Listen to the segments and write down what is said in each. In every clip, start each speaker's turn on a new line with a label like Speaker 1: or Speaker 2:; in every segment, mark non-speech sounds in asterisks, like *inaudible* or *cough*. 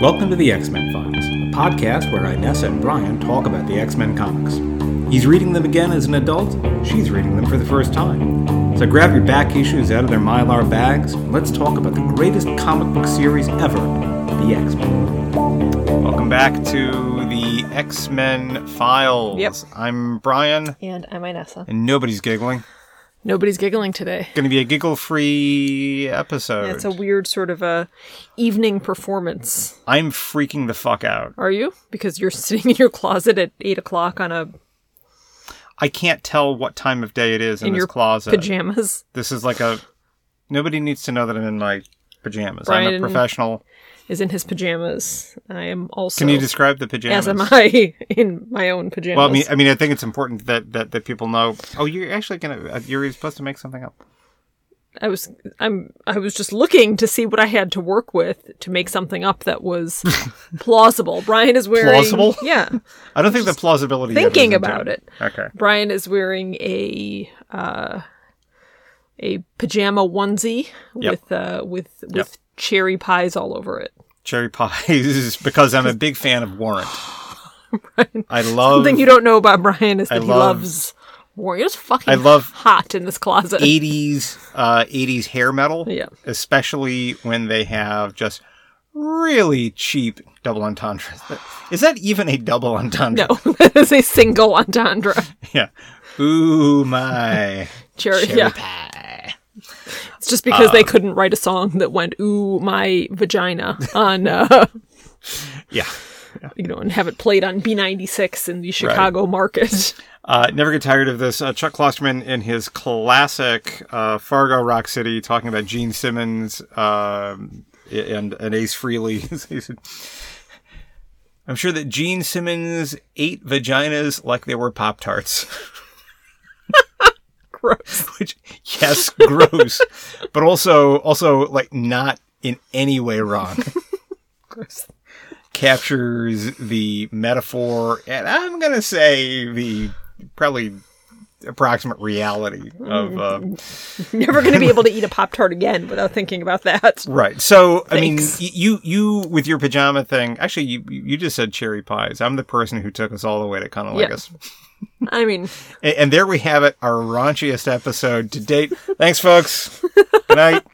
Speaker 1: Welcome to the X Men Files, a podcast where Inessa and Brian talk about the X Men comics. He's reading them again as an adult, she's reading them for the first time. So grab your back issues out of their mylar bags, and let's talk about the greatest comic book series ever the X Men.
Speaker 2: Welcome back to the X Men Files.
Speaker 3: Yep.
Speaker 2: I'm Brian,
Speaker 3: And I'm Inessa.
Speaker 2: and nobody's giggling.
Speaker 3: Nobody's giggling today.
Speaker 2: Going to be a giggle-free episode.
Speaker 3: It's a weird sort of a evening performance.
Speaker 2: I'm freaking the fuck out.
Speaker 3: Are you? Because you're *laughs* sitting in your closet at eight o'clock on a
Speaker 2: I can't tell what time of day it is in,
Speaker 3: in
Speaker 2: this
Speaker 3: your
Speaker 2: closet.
Speaker 3: pajamas.
Speaker 2: This is like a. Nobody needs to know that I'm in my pajamas. I'm a
Speaker 3: Brian-
Speaker 2: professional.
Speaker 3: Is in his pajamas. I am also
Speaker 2: Can you describe the pajamas?
Speaker 3: as am I *laughs* in my own pajamas.
Speaker 2: Well, I mean, I mean, I think it's important that that, that people know. Oh, you're actually gonna. uh, You're supposed to make something up.
Speaker 3: I was I'm I was just looking to see what I had to work with to make something up
Speaker 2: *laughs*
Speaker 3: that was plausible. Brian is wearing
Speaker 2: Plausible?
Speaker 3: Yeah.
Speaker 2: I don't think the plausibility. of
Speaker 3: thinking
Speaker 2: is into
Speaker 3: about it.
Speaker 2: Okay.
Speaker 3: Brian is wearing a uh, a pajama onesie
Speaker 2: Yep.
Speaker 3: with uh, with with cherry pies all over it.
Speaker 2: cherry pies *laughs* because I'm a big fan of Warrant. I love
Speaker 3: Something you don't know about Brian is that
Speaker 2: I
Speaker 3: he
Speaker 2: love-
Speaker 3: loves war. You're just fucking
Speaker 2: I love- E
Speaker 3: hot in this closet.
Speaker 2: 80s uh, 80s hair metal,
Speaker 3: Yeah.
Speaker 2: especially when they have just really cheap double entendres. Is that even a double entendre?
Speaker 3: *laughs* No, *laughs* that is a single *laughs* entendre.
Speaker 2: Yeah. Ooh my
Speaker 3: Cherry,
Speaker 2: cherry
Speaker 3: *laughs*
Speaker 2: Uh,
Speaker 3: yeah.
Speaker 2: pie.
Speaker 3: It's just because they couldn't write a song that went "Ooh, my
Speaker 2: *laughs*
Speaker 3: vagina" on, uh,
Speaker 2: Yeah.
Speaker 3: you know, and have it played on B96 in the Chicago market. *laughs*
Speaker 2: Uh, never get tired of this. Uh, Chuck Klosterman in his classic uh, Fargo Rock City talking about Gene Simmons um, and, and Ace *laughs* Freely. He said, I'm sure that Gene Simmons ate vaginas like they were Pop Tarts,
Speaker 3: *laughs* Gross.
Speaker 2: *laughs* which, yes,
Speaker 3: *laughs*
Speaker 2: gross, but also, also like not in any way wrong.
Speaker 3: Gross.
Speaker 2: Captures the metaphor, and I'm going to say the probably approximate reality of. Uh,
Speaker 3: Mm-hmm. Never going to be able to eat a Pop Tart again without thinking
Speaker 2: *laughs*
Speaker 3: about that.
Speaker 2: Right. So I mean,
Speaker 3: Thanks.
Speaker 2: y- you you with your pajama thing. Actually, you you just said cherry pies. I'm the person who took us all the way to Conolegus,
Speaker 3: I mean,
Speaker 2: and, and there we have it, our raunchiest episode to date. Thanks,
Speaker 3: *laughs*
Speaker 2: folks. good night.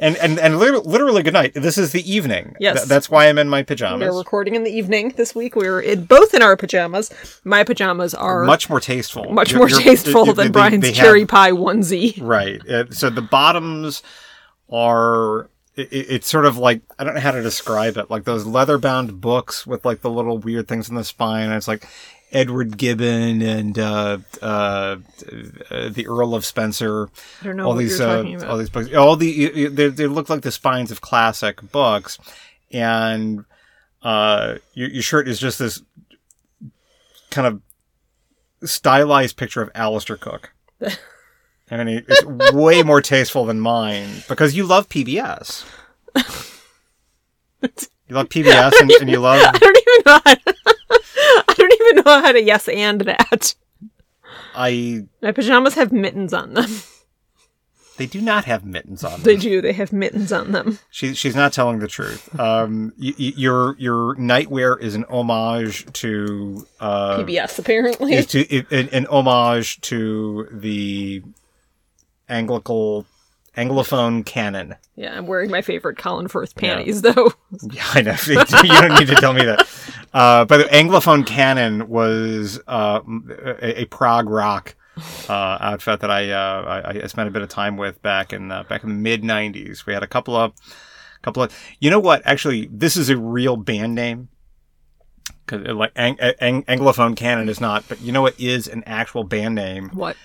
Speaker 2: And and and lit- literally, good night. This is the evening.
Speaker 3: Yes.
Speaker 2: Th- that's why I'm in my
Speaker 3: we're
Speaker 2: pajamas.
Speaker 3: recording in the evening this week. We were in, both in our pajamas. My pajamas are much,
Speaker 2: Much more tasteful. You're-
Speaker 3: more
Speaker 2: you're-
Speaker 3: tasteful
Speaker 2: they-
Speaker 3: than
Speaker 2: they-
Speaker 3: Brian's
Speaker 2: they have-
Speaker 3: cherry pie onesie.
Speaker 2: Right. Uh, so the bottoms are i- i it's sort of like I don't know how to describe it, like those leather-bound books with like the little weird things in the spine. And it's like Edward Gibbon and uh, uh, uh, the Earl of Spencer.
Speaker 3: I don't know
Speaker 2: all
Speaker 3: what
Speaker 2: these
Speaker 3: you're
Speaker 2: uh,
Speaker 3: talking about.
Speaker 2: all these books. All the they they look like the spines of classic books, and uh, your, your shirt is just this kind of stylized picture of Alistair
Speaker 3: *laughs*
Speaker 2: Cook. I mean, it- it's way more tasteful than mine because you love
Speaker 3: *laughs*
Speaker 2: PBS. You love PBS and, and you love.
Speaker 3: *laughs* I don't even know. How *laughs* I don't even know how to yes and that.
Speaker 2: I
Speaker 3: My pajamas have mittens on them. *laughs*
Speaker 2: they do not have mittens on.
Speaker 3: They
Speaker 2: Them.
Speaker 3: do. They have mittens on *laughs* them.
Speaker 2: She, she's not telling the truth. Um, y- y- your your nightwear is an homage to uh,
Speaker 3: PBS apparently.
Speaker 2: is to i- an, an homage to the Anglical Anglophone canon.
Speaker 3: *laughs* yeah, I'm wearing my favorite Colin Firth panties though. *laughs*
Speaker 2: *laughs* Yeah, I know. you don't need to tell me that. Uh, but the Anglophone canon was uh, m- a, a prog rock uh, outfit that I, uh, I I spent a bit of time with back in uh, back in the mid '90s. We had a couple of couple of you know what? Actually, this is a real band name. 'Cause, uh, like ang- uh, ang- Anglophone canon is not, but you know what is an actual band name?
Speaker 3: What?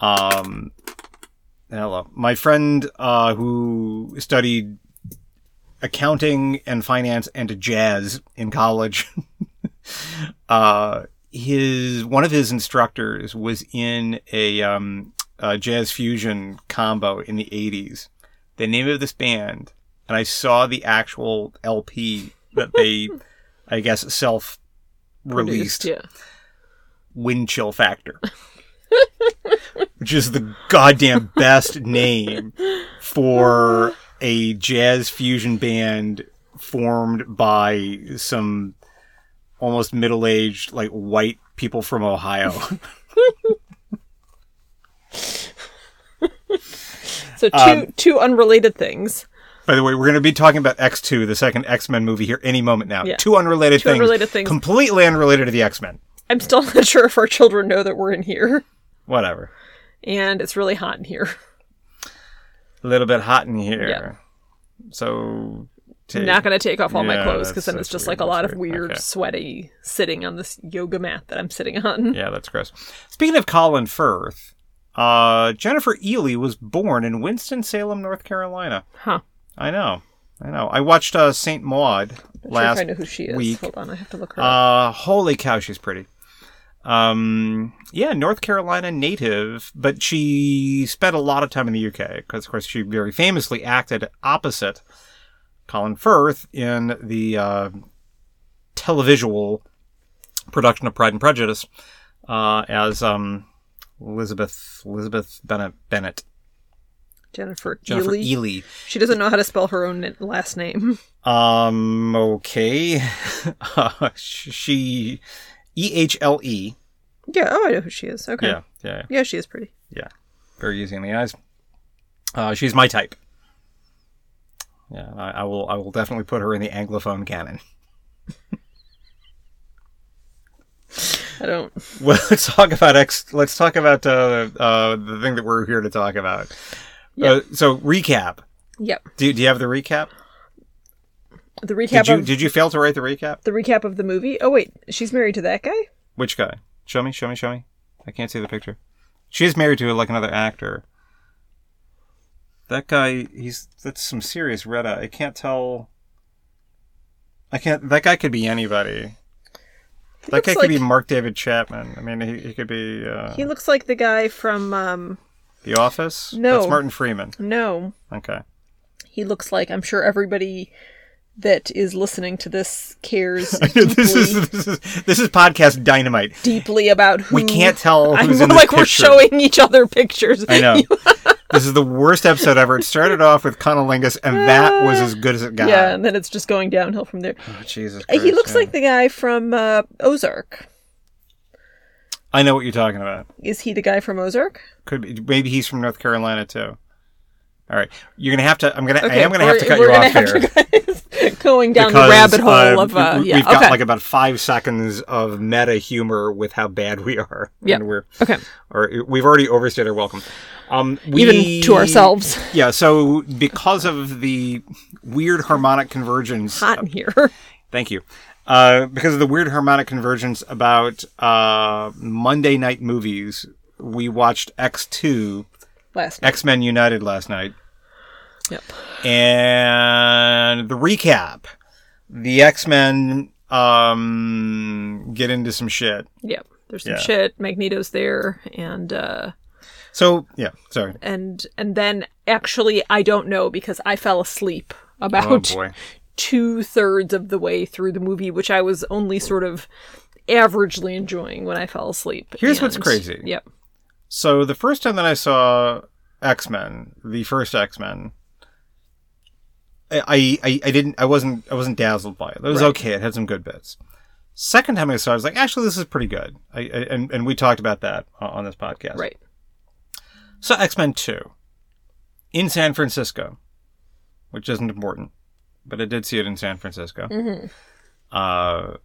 Speaker 2: um hello my friend uh who studied accounting and finance and jazz in college *laughs* uh his one of his instructors was in a um a jazz fusion combo in the 80s the name of this band and i saw the actual lp that they i guess self released
Speaker 3: Produced, Yeah.
Speaker 2: wind chill factor which is the goddamn best name for a jazz fusion band formed by some almost middle-aged like white people from
Speaker 3: *laughs*
Speaker 2: Ohio.
Speaker 3: So two two unrelated things.
Speaker 2: By the way, we're going to be talking about X2, the second X-Men movie here any moment now.
Speaker 3: Yeah.
Speaker 2: Two unrelated
Speaker 3: Two
Speaker 2: things.
Speaker 3: unrelated things.
Speaker 2: Completely unrelated to the X-Men.
Speaker 3: I'm still *laughs* not sure if our children know that we're in here,
Speaker 2: Whatever.
Speaker 3: and it's really hot in here.
Speaker 2: A little bit hot in here. So take-
Speaker 3: Not going to take off all my
Speaker 2: Yeah,
Speaker 3: clothes because
Speaker 2: that's-
Speaker 3: then
Speaker 2: that's
Speaker 3: it's just
Speaker 2: weird,
Speaker 3: like a lot
Speaker 2: that's
Speaker 3: of
Speaker 2: weird.
Speaker 3: weird,
Speaker 2: Okay.
Speaker 3: sweaty sitting on this yoga mat that I'm sitting on.
Speaker 2: Yeah, that's gross. Speaking of Colin Firth, uh, Jennifer Ely was born in Winston-Salem, North Carolina.
Speaker 3: *laughs* Huh.
Speaker 2: I know. I know. I watched uh, St. Maud
Speaker 3: I'm not sure if
Speaker 2: last
Speaker 3: I know who she is.
Speaker 2: week.
Speaker 3: Hold on, I have to look her up.
Speaker 2: Uh, holy cow, she's pretty. Um, yeah, North Carolina native, but she spent a lot of time in the UK because, of course, she very famously acted opposite Colin Firth in the uh, televisual production of Pride and Prejudice uh, as um, Elizabeth Elizabeth Bennett Bennett
Speaker 3: Jennifer,
Speaker 2: Jennifer
Speaker 3: Ely.
Speaker 2: Ely.
Speaker 3: She doesn't know how to spell her own n- last name. *laughs*
Speaker 2: Um, okay, *laughs* uh, she E H L E.
Speaker 3: Yeah. Oh, I know who she is. Okay.
Speaker 2: Yeah, yeah.
Speaker 3: Yeah, she is pretty.
Speaker 2: Yeah. Very easy in the eyes. Uh, she's my type. Yeah, and I, I will. I will definitely put her in the anglophone canon. *laughs*
Speaker 3: I don't.
Speaker 2: Well, let's talk about X. Let's talk about uh, uh, the thing that we're here to talk about. Uh, so recap.
Speaker 3: Yep.
Speaker 2: Do, do you have the recap?
Speaker 3: The
Speaker 2: Did
Speaker 3: recap
Speaker 2: you
Speaker 3: of
Speaker 2: did you fail to write the recap?
Speaker 3: the recap of the movie. Oh wait, she's married to that guy.
Speaker 2: Which guy? Show me. Show me. Show me. I can't see the picture. She's married to like another actor. That guy, he's that's some serious red eye. I can't tell. I can't. That guy could be anybody.
Speaker 3: He
Speaker 2: That
Speaker 3: looks
Speaker 2: guy
Speaker 3: like-
Speaker 2: could be Mark David Chapman. I mean, he, he could be uh,
Speaker 3: He looks like the guy from um
Speaker 2: The Office.
Speaker 3: No.
Speaker 2: that's Martin Freeman.
Speaker 3: no.
Speaker 2: Okay. *laughs*
Speaker 3: He looks like I'm sure everybody that is listening to this cares deeply,
Speaker 2: *laughs* this is this is this is podcast dynamite.
Speaker 3: deeply about who
Speaker 2: We can't tell
Speaker 3: I'm
Speaker 2: who's in this
Speaker 3: Mm. like we're
Speaker 2: picture.
Speaker 3: showing each other pictures.
Speaker 2: I know. this is the worst episode ever. It started off with Conolingus, and that was as good as it got.
Speaker 3: *laughs* Yeah, and then it's just going downhill from there.
Speaker 2: Oh, Jesus.
Speaker 3: Uh, he
Speaker 2: Christ,
Speaker 3: looks
Speaker 2: yeah.
Speaker 3: like the guy from uh, Ozark.
Speaker 2: I know what you're talking about.
Speaker 3: Is he the guy from Ozark?
Speaker 2: Could be, maybe he's from North Carolina too. All right, you're gonna have to. I'm gonna. I am gonna
Speaker 3: we're-
Speaker 2: have to cut
Speaker 3: we're
Speaker 2: you
Speaker 3: gonna
Speaker 2: off
Speaker 3: have
Speaker 2: here.
Speaker 3: *laughs* to go- going down
Speaker 2: because,
Speaker 3: the rabbit hole
Speaker 2: uh,
Speaker 3: of uh,
Speaker 2: we-
Speaker 3: yeah.
Speaker 2: We've got
Speaker 3: okay.
Speaker 2: like about five seconds of meta humor with how bad we are.
Speaker 3: Yeah.
Speaker 2: And we're
Speaker 3: okay.
Speaker 2: or we've already overstayed our welcome. Um, we,
Speaker 3: Even to ourselves.
Speaker 2: Yeah. So because of the weird harmonic convergence
Speaker 3: Hot
Speaker 2: *laughs*
Speaker 3: in here.
Speaker 2: Thank you. Uh, because of the weird harmonic convergence about uh, Monday night movies, we watched X2,
Speaker 3: Last.
Speaker 2: X Men United last night.
Speaker 3: Yep.
Speaker 2: And the recap the X Men um, get into some shit.
Speaker 3: Yep. There's some
Speaker 2: Yeah.
Speaker 3: shit. Magneto's there, and uh,
Speaker 2: So, yeah, sorry.
Speaker 3: and and then actually, I don't know because I fell asleep
Speaker 2: Oh,
Speaker 3: about
Speaker 2: boy.
Speaker 3: two thirds of the way through the movie, which I was only sort of averagely enjoying when I fell asleep.
Speaker 2: Here's what's
Speaker 3: And-
Speaker 2: crazy.
Speaker 3: Yep.
Speaker 2: So, the first time that I saw X Men, the first X Men, I, I, I didn't I wasn't I wasn't dazzled by it. It was
Speaker 3: Right.
Speaker 2: okay. It had some good bits. Second time I saw, it, I was like, actually, this is pretty good. I, I and and we talked about that o- on this podcast.
Speaker 3: Right. *clears throat*
Speaker 2: So X Men Two, in San Francisco, which isn't important, but I did see it in San Francisco. Uh,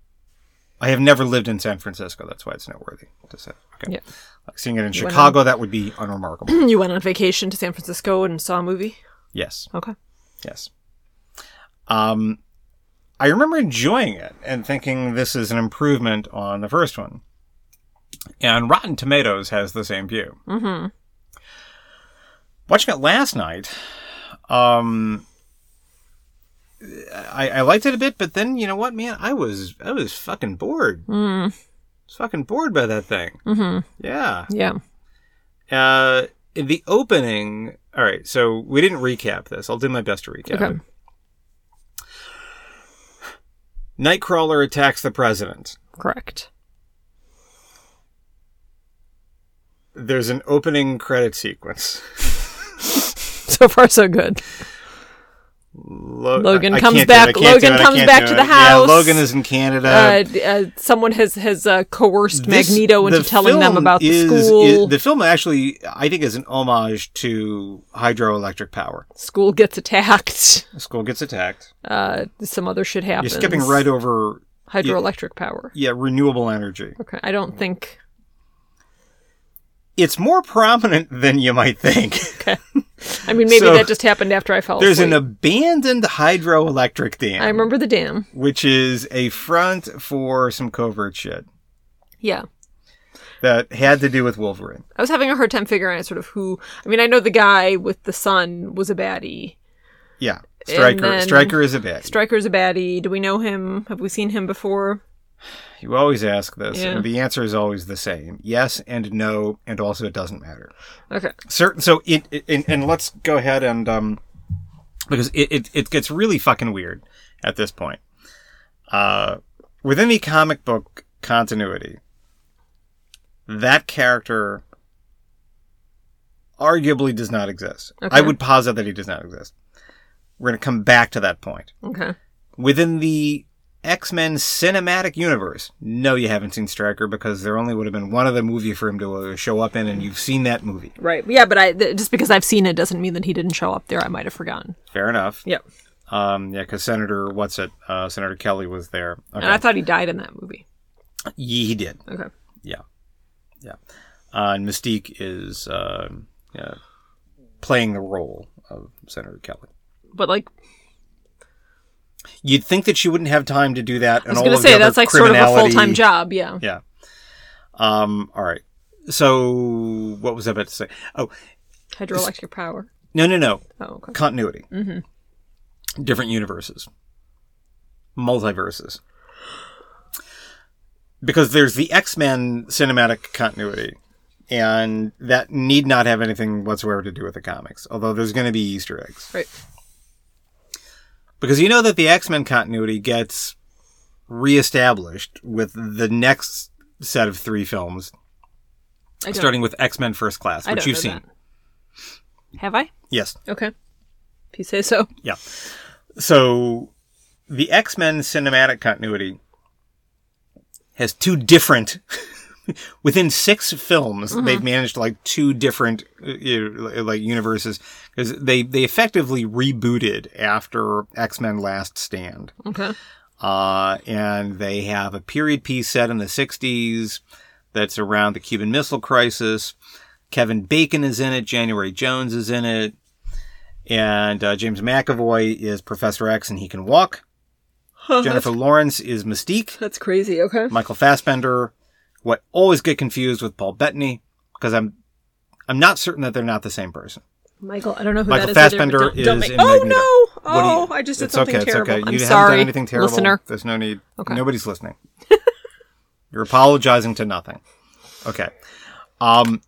Speaker 2: I have never lived in San Francisco. That's why it's noteworthy to say. Okay.
Speaker 3: Yeah.
Speaker 2: Like seeing it in Chicago, that would be unremarkable. *clears throat*
Speaker 3: You went on vacation to San Francisco and saw a movie.
Speaker 2: yes.
Speaker 3: Okay.
Speaker 2: Yes. Um, I remember enjoying it and thinking this is an improvement on the first one. And Rotten Tomatoes has the same view. Mm-hmm. Watching it last night, um, I, I liked it a bit, but then you know what, man, I was I was fucking bored. Mm.
Speaker 3: Hmm.
Speaker 2: I was fucking bored by that thing. Mm-hmm. Yeah.
Speaker 3: Yeah.
Speaker 2: Uh, in the opening. All right, so we didn't recap this. I'll do my best to recap.
Speaker 3: Okay.
Speaker 2: it. Nightcrawler attacks the president.
Speaker 3: Correct. *laughs*
Speaker 2: There's an opening credit sequence.
Speaker 3: So far, so good.
Speaker 2: Lo-
Speaker 3: Logan
Speaker 2: I- I
Speaker 3: comes
Speaker 2: can't do it. I
Speaker 3: back-
Speaker 2: can't
Speaker 3: Logan
Speaker 2: do it. I
Speaker 3: comes
Speaker 2: can't
Speaker 3: back
Speaker 2: do
Speaker 3: to
Speaker 2: it.
Speaker 3: the house.
Speaker 2: Yeah, Logan is in Canada.
Speaker 3: Uh, d- uh, someone has has uh, coerced
Speaker 2: This-
Speaker 3: Magneto into
Speaker 2: the
Speaker 3: telling them
Speaker 2: film
Speaker 3: about the
Speaker 2: is- is-
Speaker 3: school.
Speaker 2: the film actually, I think, is an homage to hydroelectric power.
Speaker 3: school gets attacked. *laughs*
Speaker 2: The school gets attacked.
Speaker 3: Uh, some other shit happens.
Speaker 2: You're skipping right over,
Speaker 3: Hydroelectric power.
Speaker 2: yeah, renewable energy.
Speaker 3: Okay, I don't think.
Speaker 2: It's more prominent than you might think. *laughs*
Speaker 3: I mean, maybe
Speaker 2: So-
Speaker 3: that just happened after I fell
Speaker 2: There's an
Speaker 3: asleep.
Speaker 2: abandoned hydroelectric dam,
Speaker 3: I remember the dam.
Speaker 2: which is a front for some covert shit
Speaker 3: Yeah.
Speaker 2: that had to do with Wolverine.
Speaker 3: I was having a hard time figuring out sort of who. I mean, I know the guy with the sun was a baddie.
Speaker 2: Yeah, Striker.
Speaker 3: then-
Speaker 2: Striker is a bad.
Speaker 3: Striker's a baddie. Do we know him? Have we seen him before?
Speaker 2: You always ask this,
Speaker 3: Yeah.
Speaker 2: and the answer is always the same: yes and no, and also it doesn't matter.
Speaker 3: Okay.
Speaker 2: certain so it, it and, and let's go ahead and um because it, it it gets really fucking weird at this point uh within the comic book continuity that character arguably does not exist i
Speaker 3: Okay.
Speaker 2: would posit that he does not exist we're going to come back to that point
Speaker 3: Okay.
Speaker 2: within the x-men cinematic universe no you haven't seen striker because there only would have been one other movie for him to uh, show up in and you've seen that movie
Speaker 3: Right. Yeah, but I th- just because I've seen it doesn't mean that he didn't show up there. I might have forgotten.
Speaker 2: fair enough
Speaker 3: Yep.
Speaker 2: Um, yeah, because Senator, what's it? Uh, Senator Kelly was there. Okay.
Speaker 3: And I thought he died in that movie.
Speaker 2: Ye- he did.
Speaker 3: Okay.
Speaker 2: Yeah. Yeah. Uh, and Mystique is uh, yeah, playing the role of Senator Kelly.
Speaker 3: But like,
Speaker 2: You'd think that she wouldn't have time to do that.
Speaker 3: I was
Speaker 2: and
Speaker 3: gonna
Speaker 2: all of the
Speaker 3: say
Speaker 2: other
Speaker 3: that's like sort of a full
Speaker 2: criminality-
Speaker 3: time job. Yeah.
Speaker 2: Yeah. Um, all right. So, what was I about to say? Oh,
Speaker 3: Hydroelectric power.
Speaker 2: no, no, no.
Speaker 3: Oh, okay.
Speaker 2: Continuity.
Speaker 3: Mm-hmm.
Speaker 2: Different universes. Multiverses. Because there's the X Men cinematic continuity, and that need not have anything whatsoever to do with the comics, although there's going to be Easter eggs.
Speaker 3: Right.
Speaker 2: Because you know that the X Men continuity gets reestablished with the next set of three films,
Speaker 3: I don't,
Speaker 2: starting with X Men First Class,
Speaker 3: I
Speaker 2: which
Speaker 3: don't
Speaker 2: you've
Speaker 3: know
Speaker 2: seen.
Speaker 3: that. Have I?
Speaker 2: Yes.
Speaker 3: Okay. If you say so.
Speaker 2: Yeah. So the X Men cinematic continuity has two different. *laughs* Within six films, they've managed like two different uh, uh, like universes because they they effectively rebooted after X Men Last Stand,
Speaker 3: Okay.
Speaker 2: uh, and they have a period piece set in the '60s that's around the Cuban Missile Crisis. Kevin Bacon is in it. January Jones is in it and uh, James McAvoy is Professor X and he can walk. Jennifer Lawrence is Mystique.
Speaker 3: *laughs* That's crazy. Okay.
Speaker 2: Michael Fassbender, who I always get confused with Paul Bettany because I'm I'm not certain that they're not the same person.
Speaker 3: Michael, I don't know who
Speaker 2: Michael
Speaker 3: that is. either, but
Speaker 2: Fassbender
Speaker 3: don't- don't
Speaker 2: is
Speaker 3: make-
Speaker 2: in
Speaker 3: oh
Speaker 2: Magneto.
Speaker 3: no!
Speaker 2: What do
Speaker 3: Oh,
Speaker 2: you-
Speaker 3: I just did
Speaker 2: it's
Speaker 3: something
Speaker 2: okay, it's
Speaker 3: terrible.
Speaker 2: okay.
Speaker 3: I'm
Speaker 2: you haven't
Speaker 3: sorry,
Speaker 2: done anything terrible.
Speaker 3: listener.
Speaker 2: There's no need.
Speaker 3: Okay.
Speaker 2: Nobody's listening. *laughs* You're apologizing to nothing. Okay. Um,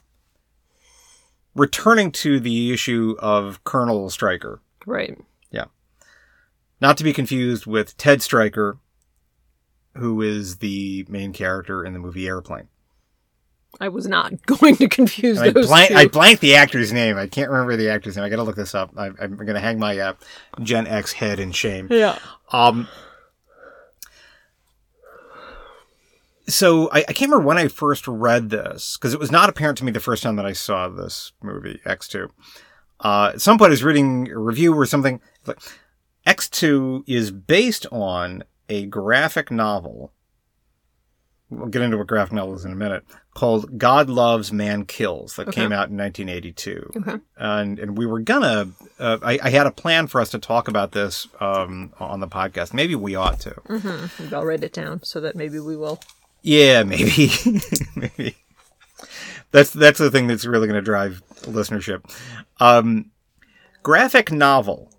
Speaker 2: returning to the issue of Colonel Stryker.
Speaker 3: Right.
Speaker 2: Not to be confused with Ted Stryker, who is the main character in the movie Airplane.
Speaker 3: I was not *laughs* going to confuse *laughs*
Speaker 2: And I,
Speaker 3: those
Speaker 2: blank,
Speaker 3: two.
Speaker 2: I blanked the actor's name. I can't remember the actor's name. I got to look this up. I, I'm going to hang my uh, Gen X head in shame.
Speaker 3: yeah.
Speaker 2: Um, so I, I can't remember when I first read this because it was not apparent to me the first time that I saw this movie X two. Uh, at some point, I was reading a review or something. It's Like, X two is based on a graphic novel. We'll get into what graphic novel is in a minute. Called "God Loves, Man Kills" that
Speaker 3: Okay.
Speaker 2: came out in 1982
Speaker 3: Okay.
Speaker 2: and and we were gonna. Uh, I, I had a plan for us to talk about this um, on the podcast. Maybe we ought to.
Speaker 3: I'll write it down so that maybe we will.
Speaker 2: Yeah, maybe, *laughs* maybe. That's that's the thing that's really gonna drive listenership. Um, graphic novel.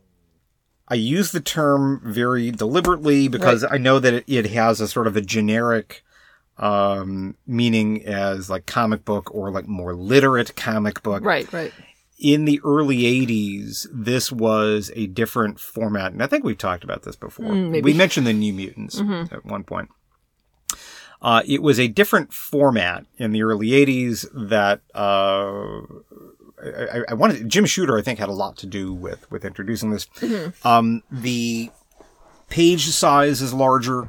Speaker 2: I use the term very deliberately because I know that it, it has a sort of a generic um, meaning as like comic book or like more literate comic book.
Speaker 3: Right. Right.
Speaker 2: in the early 80s, this was a different format. And I think we've talked about this before.
Speaker 3: Mm, maybe. Mm-hmm.
Speaker 2: We mentioned the New Mutants at one point. Uh, it was a different format in the early 80s that uh, I, I- I wanted Jim Shooter. I think had a lot to do with with introducing this.
Speaker 3: Mm-hmm.
Speaker 2: Um, the page size is larger.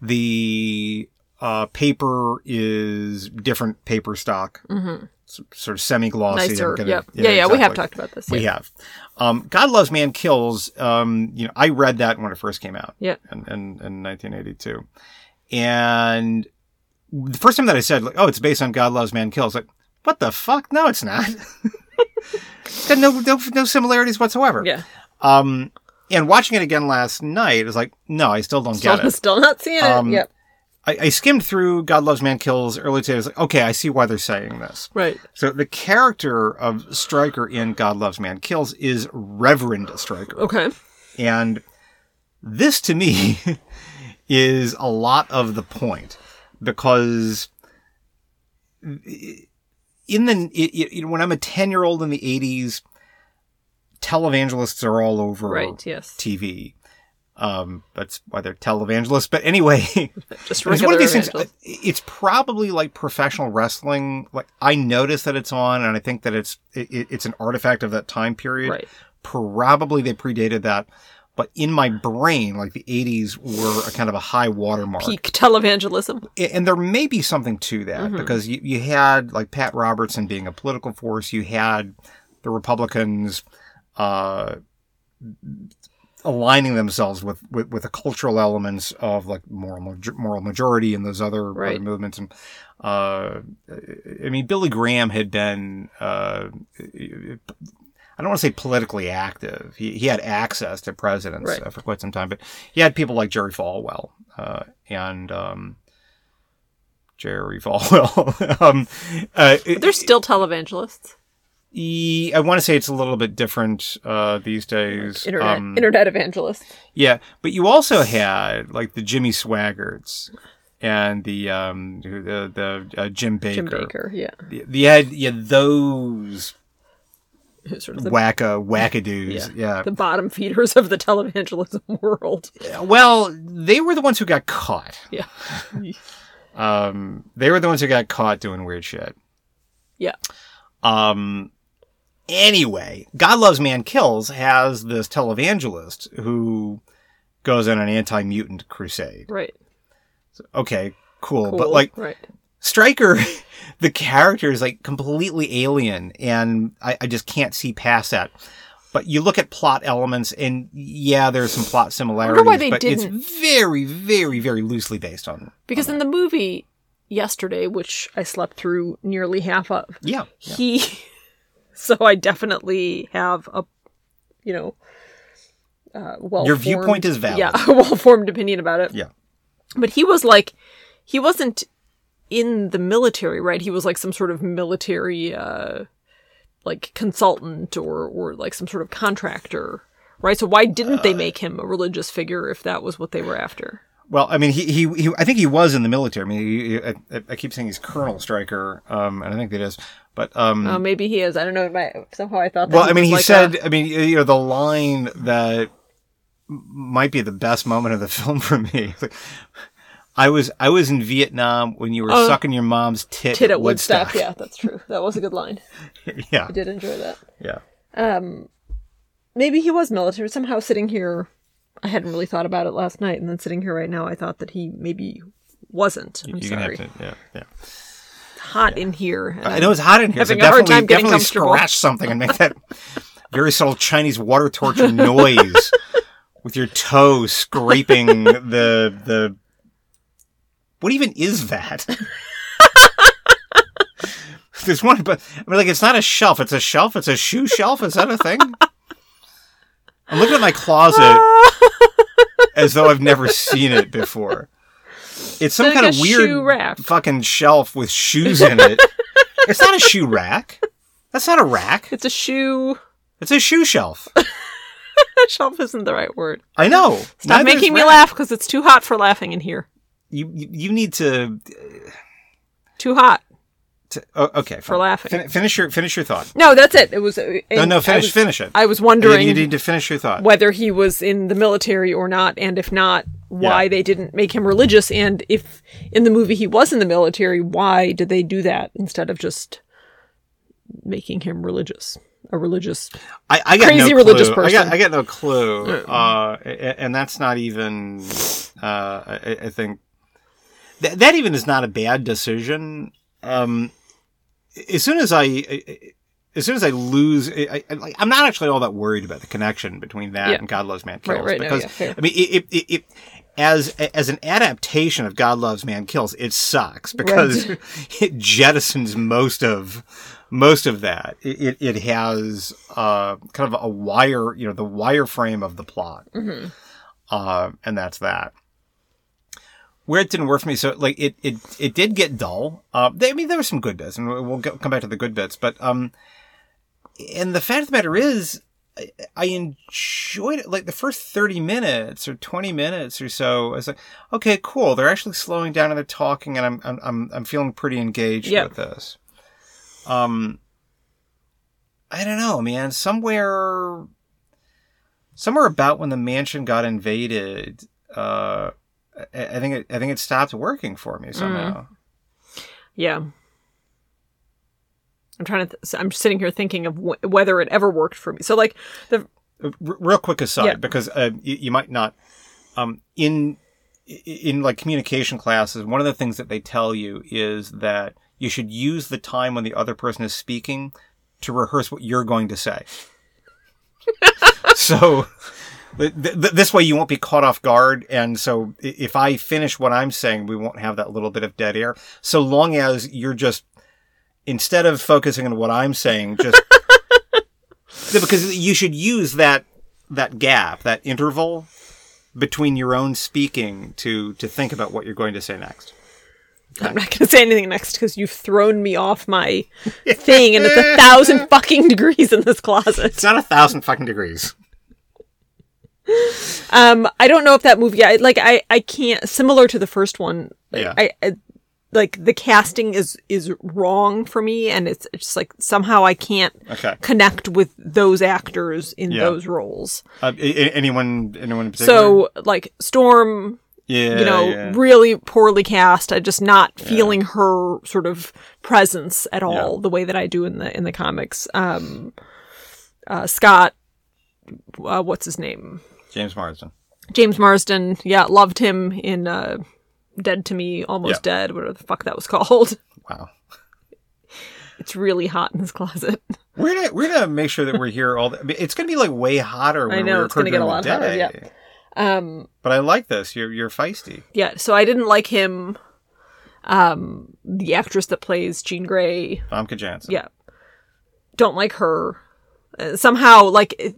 Speaker 2: The uh, paper is different paper stock, S- sort of semi glossy.
Speaker 3: Mm-hmm. Nicer. yep. Yeah, yeah, we have talked about this.
Speaker 2: We
Speaker 3: yeah.
Speaker 2: have. Um, God Loves Man Kills. Um, you know, I read that when it first came out
Speaker 3: Yeah.
Speaker 2: in, in, in 1982. And the first time that I said, like, oh, it's based on God Loves Man Kills, like, what the fuck? No, it's not. *laughs* It's got no, no, no similarities whatsoever.
Speaker 3: Yeah.
Speaker 2: Um, and watching it again last night, it was like, no, I still don't
Speaker 3: Still,
Speaker 2: get it.
Speaker 3: *laughs* still not seeing it.
Speaker 2: Um,
Speaker 3: yep.
Speaker 2: I, I skimmed through God Loves Man Kills early today. I was like, okay, I see why they're saying this.
Speaker 3: Right.
Speaker 2: So the character of Stryker in God Loves Man Kills is Reverend Stryker.
Speaker 3: Okay.
Speaker 2: And this to me *laughs* is a lot of the point because in the it, it, you know, when I'm a 10-year-old in the 80s televangelists are all over
Speaker 3: Right. Yes.
Speaker 2: TV. Um, that's why they're televangelists. But anyway, *laughs*
Speaker 3: Just
Speaker 2: it's
Speaker 3: regular
Speaker 2: one of these things. uh,
Speaker 3: evangelists.
Speaker 2: It's probably like professional wrestling. Like I notice that it's on, and I think that it's it, it's an artifact of that time period.
Speaker 3: Right.
Speaker 2: Probably they predated that, but in my brain, like the '80s were a kind of a high watermark.
Speaker 3: Peak televangelism.
Speaker 2: A- And there may be something to that
Speaker 3: Mm-hmm.
Speaker 2: because you, you had like Pat Robertson being a political force. You had the Republicans uh, aligning themselves with, with, with the cultural elements of like moral maj- moral majority and those other, other
Speaker 3: Right.
Speaker 2: movements. And uh, I mean, Billy Graham had been. Uh, I don't want to say politically active. He, he had access to presidents
Speaker 3: Right.
Speaker 2: uh, for quite some time, but he had people like Jerry Falwell uh, and um, Jerry Falwell. *laughs* um, uh, it-
Speaker 3: They're still televangelists.
Speaker 2: Um, e- I want to say it's a little bit different uh, these days.
Speaker 3: Internet,
Speaker 2: Um,
Speaker 3: internet evangelists.
Speaker 2: yeah, but you also had like the Jimmy Swaggarts and the um, the, the uh, Jim Baker.
Speaker 3: Jim Baker. Yeah.
Speaker 2: The, the, you had- you had those
Speaker 3: Who's sort of the,
Speaker 2: wacka wackadoos. yeah.
Speaker 3: the bottom feeders of the televangelism *laughs* world.
Speaker 2: Well, they were the ones who got caught.
Speaker 3: Yeah.
Speaker 2: Um, they were the ones who got caught doing weird shit.
Speaker 3: Yeah.
Speaker 2: Um, anyway, God Loves Man Kills has this televangelist who goes on an anti mutant crusade.
Speaker 3: *laughs* Right.
Speaker 2: Okay, cool.
Speaker 3: Cool.
Speaker 2: But like,
Speaker 3: right.
Speaker 2: Stryker, *laughs* the character is like completely alien, and I, I just can't see past that. But you look at plot elements, and yeah, there's some plot similarities.
Speaker 3: they
Speaker 2: but
Speaker 3: didn't.
Speaker 2: It's very, very, very loosely based on.
Speaker 3: Because in the movie yesterday, which I slept through nearly half of,
Speaker 2: Yeah, yeah.
Speaker 3: he *laughs* so I definitely have a you know uh well
Speaker 2: Your viewpoint is valid.
Speaker 3: Yeah, *laughs* a well formed opinion about it.
Speaker 2: Yeah.
Speaker 3: But he was like he wasn't in the military, right? He was like some sort of military uh like consultant or or like some sort of contractor. Right? So why didn't
Speaker 2: Uh,
Speaker 3: they make him a religious figure if that was what they were after?
Speaker 2: Well, I mean, he, he, he I think he was in the military. I mean, he, he- I, I keep saying he's Colonel Stryker, um, and I think that is. But um,
Speaker 3: Uh, maybe he is. I don't know. My, somehow I thought. That
Speaker 2: Well, I mean,
Speaker 3: was
Speaker 2: he
Speaker 3: like
Speaker 2: said, I mean, you know, the line that m- might be the best moment of the *laughs* film for me. It's like, I was I was in Vietnam when you were
Speaker 3: Oh.
Speaker 2: sucking your mom's tit,
Speaker 3: a tit at
Speaker 2: *laughs*
Speaker 3: Woodstock. Yeah, that's true. That was a good line.
Speaker 2: Yeah, yeah,
Speaker 3: I did enjoy that.
Speaker 2: yeah.
Speaker 3: Maybe he was military. Somehow sitting here, I hadn't really thought about it last night, and then sitting here right now, I thought that he maybe wasn't. I'm
Speaker 2: You're
Speaker 3: sorry.
Speaker 2: gonna have to, yeah, yeah.
Speaker 3: It's hot in here. and
Speaker 2: I know it's hot in here.
Speaker 3: Having
Speaker 2: so
Speaker 3: a hard
Speaker 2: definitely,
Speaker 3: time getting
Speaker 2: definitely
Speaker 3: comfortable.
Speaker 2: scratch something and make that very subtle Chinese water torture
Speaker 3: *laughs*
Speaker 2: noise with your toe scraping the the. What even is that? *laughs* There's one, but I mean, like, it's not a shelf. It's a shelf. It's a shoe shelf. Is that a thing? I'm looking at my closet as though I've never seen it before. It's some
Speaker 3: like
Speaker 2: kind of
Speaker 3: a
Speaker 2: weird
Speaker 3: shoe rack.
Speaker 2: fucking shelf with shoes in
Speaker 3: *laughs*
Speaker 2: it. it's not a shoe rack. That's not a rack.
Speaker 3: *laughs* It's a shoe. *laughs*
Speaker 2: It's a shoe shelf.
Speaker 3: Shelf isn't the right word.
Speaker 2: I know.
Speaker 3: Stop
Speaker 2: Neither is
Speaker 3: making me
Speaker 2: rack.
Speaker 3: laugh because it's too hot for laughing in here.
Speaker 2: You, you you need to.
Speaker 3: Too hot.
Speaker 2: to oh, okay, for
Speaker 3: laughing.
Speaker 2: finish your finish your thought.
Speaker 3: No, that's it. It was.
Speaker 2: No, no, finish finish it.
Speaker 3: I was
Speaker 2: You-
Speaker 3: wondering.
Speaker 2: you need to finish your thought.
Speaker 3: whether he was in the military or not, and if not, why
Speaker 2: Yeah.
Speaker 3: they didn't make him religious, and if in the movie he was in the military, why did they do that instead of just making him religious, a religious.
Speaker 2: I, I got
Speaker 3: Crazy
Speaker 2: no
Speaker 3: religious
Speaker 2: clue. I got,
Speaker 3: person.
Speaker 2: I got no clue. Uh, a- a- and that's not even. Uh, I, I think that that even is not a bad decision. Um, as soon as I. As soon as I lose, I, I, like, I'm not actually all that worried about the connection between that
Speaker 3: Yeah.
Speaker 2: and God Loves Man
Speaker 3: Right,
Speaker 2: Kills
Speaker 3: right, no,
Speaker 2: because
Speaker 3: yeah, fair.
Speaker 2: I mean, it, it, it, it as as an adaptation of God Loves Man Kills, it sucks because *laughs* it jettisons most of most of that. It it, it has uh, kind of a wire, you know, the wireframe of the plot, uh, and that's that. Where it didn't work for me, so like it it it did get dull. Uh, they, I mean, there were some good bits, and we'll go, come back to the good bits, but um, and the fact of the matter is, I, I enjoyed it. Like the first thirty minutes or twenty minutes or so, I was like, okay, cool. They're actually slowing down and they're talking, and I'm I'm I'm, I'm feeling pretty engaged
Speaker 3: Yep.
Speaker 2: with this. Um, I don't know, man. Somewhere, somewhere about when the mansion got invaded, uh, I, I think it, I think it stopped working for me somehow.
Speaker 3: Yeah. I'm trying to. Th- so I'm sitting here thinking of wh- whether it ever worked for me. So like the
Speaker 2: Uh, r- real quick aside
Speaker 3: Yeah.
Speaker 2: because uh, you, you might not um, in in like communication classes one of the things that they tell you is that you should use the time when the other person is speaking to rehearse what you're going to say *laughs* so th- th- this way you won't be caught off guard and so i- if i finish what i'm saying we won't have that little bit of dead air so long as you're just instead of focusing on what i'm saying just yeah, because you should use that that gap, that interval between your own speaking to to think about what you're going to say next.
Speaker 3: I'm not going to say anything next because you've thrown me off my thing, and it's a thousand fucking degrees in this closet.
Speaker 2: It's not a thousand fucking degrees.
Speaker 3: Um, I don't know if that movie. I like. I I can't. Similar to the first one. Like,
Speaker 2: Yeah.
Speaker 3: I, I like the casting is is wrong for me, and it's it's just like somehow I can't
Speaker 2: Okay.
Speaker 3: connect with those actors in
Speaker 2: Yeah.
Speaker 3: those roles.
Speaker 2: Uh, a- a- anyone anyone in particular?
Speaker 3: So like Storm,
Speaker 2: yeah,
Speaker 3: you know,
Speaker 2: yeah.
Speaker 3: really poorly cast. I just not feeling her sort of presence at all the way that I do in the in the comics. Um, uh, Scott, uh, what's his name?
Speaker 2: James Marsden.
Speaker 3: James Marsden, yeah, loved him in uh, Dead to Me, Almost Dead, whatever the fuck that was *laughs* called.
Speaker 2: Wow.
Speaker 3: It's really hot in this closet. *laughs*
Speaker 2: We're gonna we're gonna make sure that we're here all. The, I mean, it's gonna be like way hotter. When
Speaker 3: I know,
Speaker 2: we
Speaker 3: it's gonna get a
Speaker 2: record during
Speaker 3: lot
Speaker 2: the
Speaker 3: hotter,
Speaker 2: day.
Speaker 3: Um,
Speaker 2: But I like this. You're you're feisty.
Speaker 3: yeah, so I didn't like him. Um, the actress that plays Jean Grey,
Speaker 2: Tomka Jansen.
Speaker 3: yeah, don't like her. Uh, somehow, like it-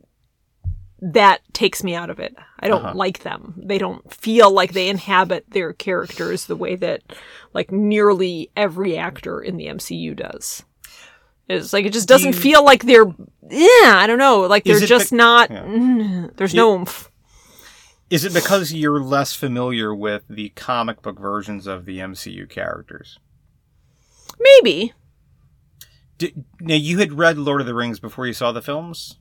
Speaker 3: that takes me out of it. I
Speaker 2: Uh-huh.
Speaker 3: don't like them. They don't feel like they inhabit their characters the way that, like, nearly every actor in the MCU does. It's like it just doesn't
Speaker 2: you-
Speaker 3: feel like they're. Yeah, I don't know. Like
Speaker 2: Is
Speaker 3: they're
Speaker 2: it bec-
Speaker 3: just not.
Speaker 2: Yeah.
Speaker 3: mm, there's no oomph.
Speaker 2: Is it because you're less familiar with the comic book versions of the MCU characters?
Speaker 3: Maybe.
Speaker 2: Did, now you had read Lord of the Rings before you saw the films.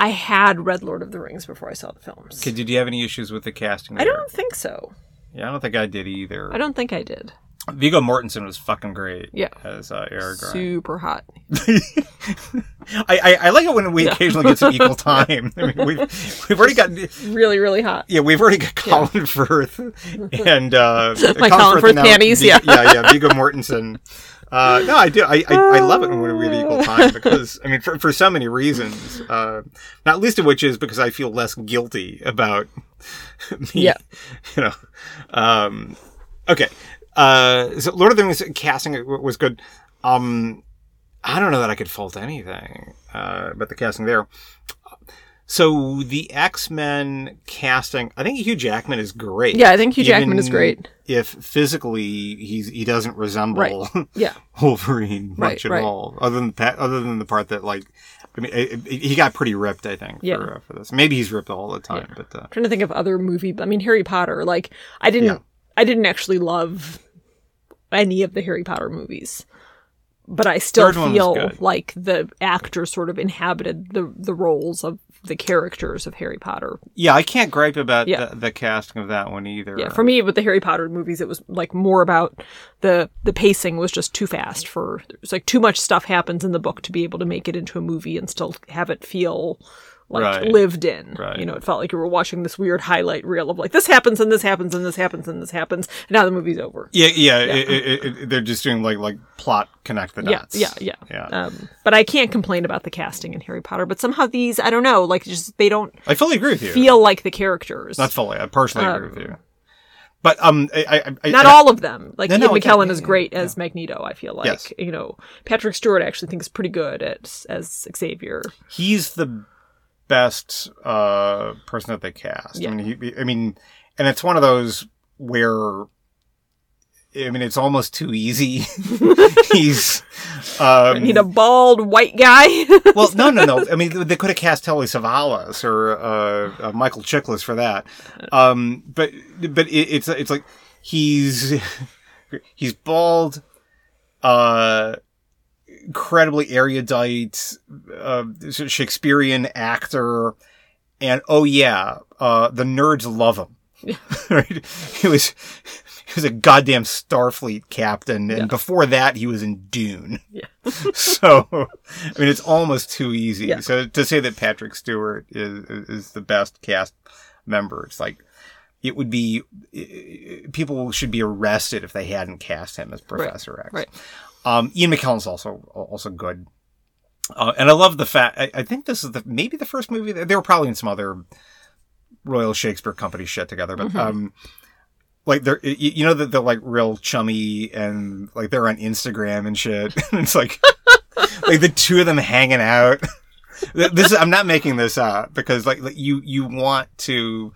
Speaker 3: I had read Lord of the Rings before I saw the films.
Speaker 2: Okay, did you have any issues with the casting?
Speaker 3: I
Speaker 2: there?
Speaker 3: don't think so.
Speaker 2: Yeah, I don't think I did either.
Speaker 3: I don't think I did.
Speaker 2: Viggo Mortensen was fucking great.
Speaker 3: Yeah.
Speaker 2: as uh, Aragorn.
Speaker 3: Super hot.
Speaker 2: I, I I like it when we occasionally get some
Speaker 3: *laughs*
Speaker 2: equal time. I mean, we've we've already got
Speaker 3: Really, really hot.
Speaker 2: yeah we've already got Colin *laughs* Firth and uh,
Speaker 3: *laughs* My Colin Firth
Speaker 2: now,
Speaker 3: panties, yeah.
Speaker 2: yeah, yeah. Viggo Mortensen. Uh, no, I do. I, I, I love it when we get equal
Speaker 3: *laughs*
Speaker 2: time because I mean, for, for so many reasons, uh, not least of which is because I feel less guilty about *laughs* me,
Speaker 3: Yeah.
Speaker 2: you know. Um, okay, uh, so Lord of the Rings casting w- was good. Um, I don't know that I could fault anything uh, about the casting there. So the X Men casting, I think Hugh Jackman is great.
Speaker 3: Yeah, I think Hugh Jackman is great.
Speaker 2: If physically he's he doesn't resemble
Speaker 3: Yeah.
Speaker 2: *laughs* Wolverine much
Speaker 3: Right,
Speaker 2: at
Speaker 3: right.
Speaker 2: all, other than that, other than the part that like, I mean, it, it- he got pretty ripped. I think
Speaker 3: Yeah.
Speaker 2: for, uh, for this. Maybe he's ripped all the time, but uh,
Speaker 3: trying to think of other movie. I mean, Harry Potter. Like, I didn't,
Speaker 2: Yeah.
Speaker 3: I didn't actually love any of the Harry Potter movies, but I still
Speaker 2: Third one was
Speaker 3: feel
Speaker 2: good.
Speaker 3: like the actors sort of inhabited the the roles of the characters of Harry Potter.
Speaker 2: Yeah, I can't gripe about
Speaker 3: Yeah.
Speaker 2: the, the casting of that one either.
Speaker 3: Yeah, for me with the Harry Potter movies, it was like more about the the pacing was just too fast for it's like too much stuff happens in the book to be able to make it into a movie and still have it feel like
Speaker 2: Right.
Speaker 3: lived in.
Speaker 2: Right.
Speaker 3: You know, it felt like you were watching this weird highlight reel of like this happens and this happens and this happens and this happens and now the movie's over.
Speaker 2: yeah, yeah, It, it, it, they're just doing like like plot connect the
Speaker 3: Yeah,
Speaker 2: dots.
Speaker 3: yeah, yeah.
Speaker 2: yeah.
Speaker 3: Um, but I can't complain about the casting in Harry Potter. But somehow these, I don't know, like just they don't
Speaker 2: I fully agree with you.
Speaker 3: feel like the characters.
Speaker 2: Not fully. I partially agree with you. But um, I, I, I,
Speaker 3: not
Speaker 2: I-
Speaker 3: all of them. Like
Speaker 2: No,
Speaker 3: Ian
Speaker 2: no, I get-
Speaker 3: McKellen is
Speaker 2: yeah,
Speaker 3: great as Magneto. I feel like
Speaker 2: Yes.
Speaker 3: you know Patrick Stewart I actually thinks pretty good at as Xavier.
Speaker 2: he's the best uh, person that they cast.
Speaker 3: Yeah.
Speaker 2: I mean, he, I mean, and it's one of those where, I mean, it's almost too easy. *laughs*
Speaker 3: *laughs*
Speaker 2: he's
Speaker 3: I
Speaker 2: um,
Speaker 3: need a bald white guy. *laughs*
Speaker 2: well, no, no, no. I mean, they could have cast Telly Savalas or uh, uh, Michael Chiklis for that. Um, but but it, it's it's like he's *laughs* he's bald, uh, incredibly erudite, uh, Shakespearean actor, and oh yeah, uh, the nerds love him. *laughs* right? He was he was a goddamn Starfleet captain, and before that, he was in Dune *laughs* so I mean, it's almost too easy.
Speaker 3: Yeah.
Speaker 2: So to say that Patrick Stewart is is the best cast member, it's like it would be people should be arrested if they hadn't cast him as Professor X.
Speaker 3: right.
Speaker 2: Um, Ian McKellen's also also good. Uh, and I love the fact. I, I think this is the maybe the first movie. That, they were probably in some other Royal Shakespeare Company shit together, but
Speaker 3: Mm-hmm.
Speaker 2: um, like they're y- you know that they're like real chummy and like they're on Instagram and shit. *laughs* And it's like like the two of them hanging out. Th- this I'm not making this up because like like, you you want to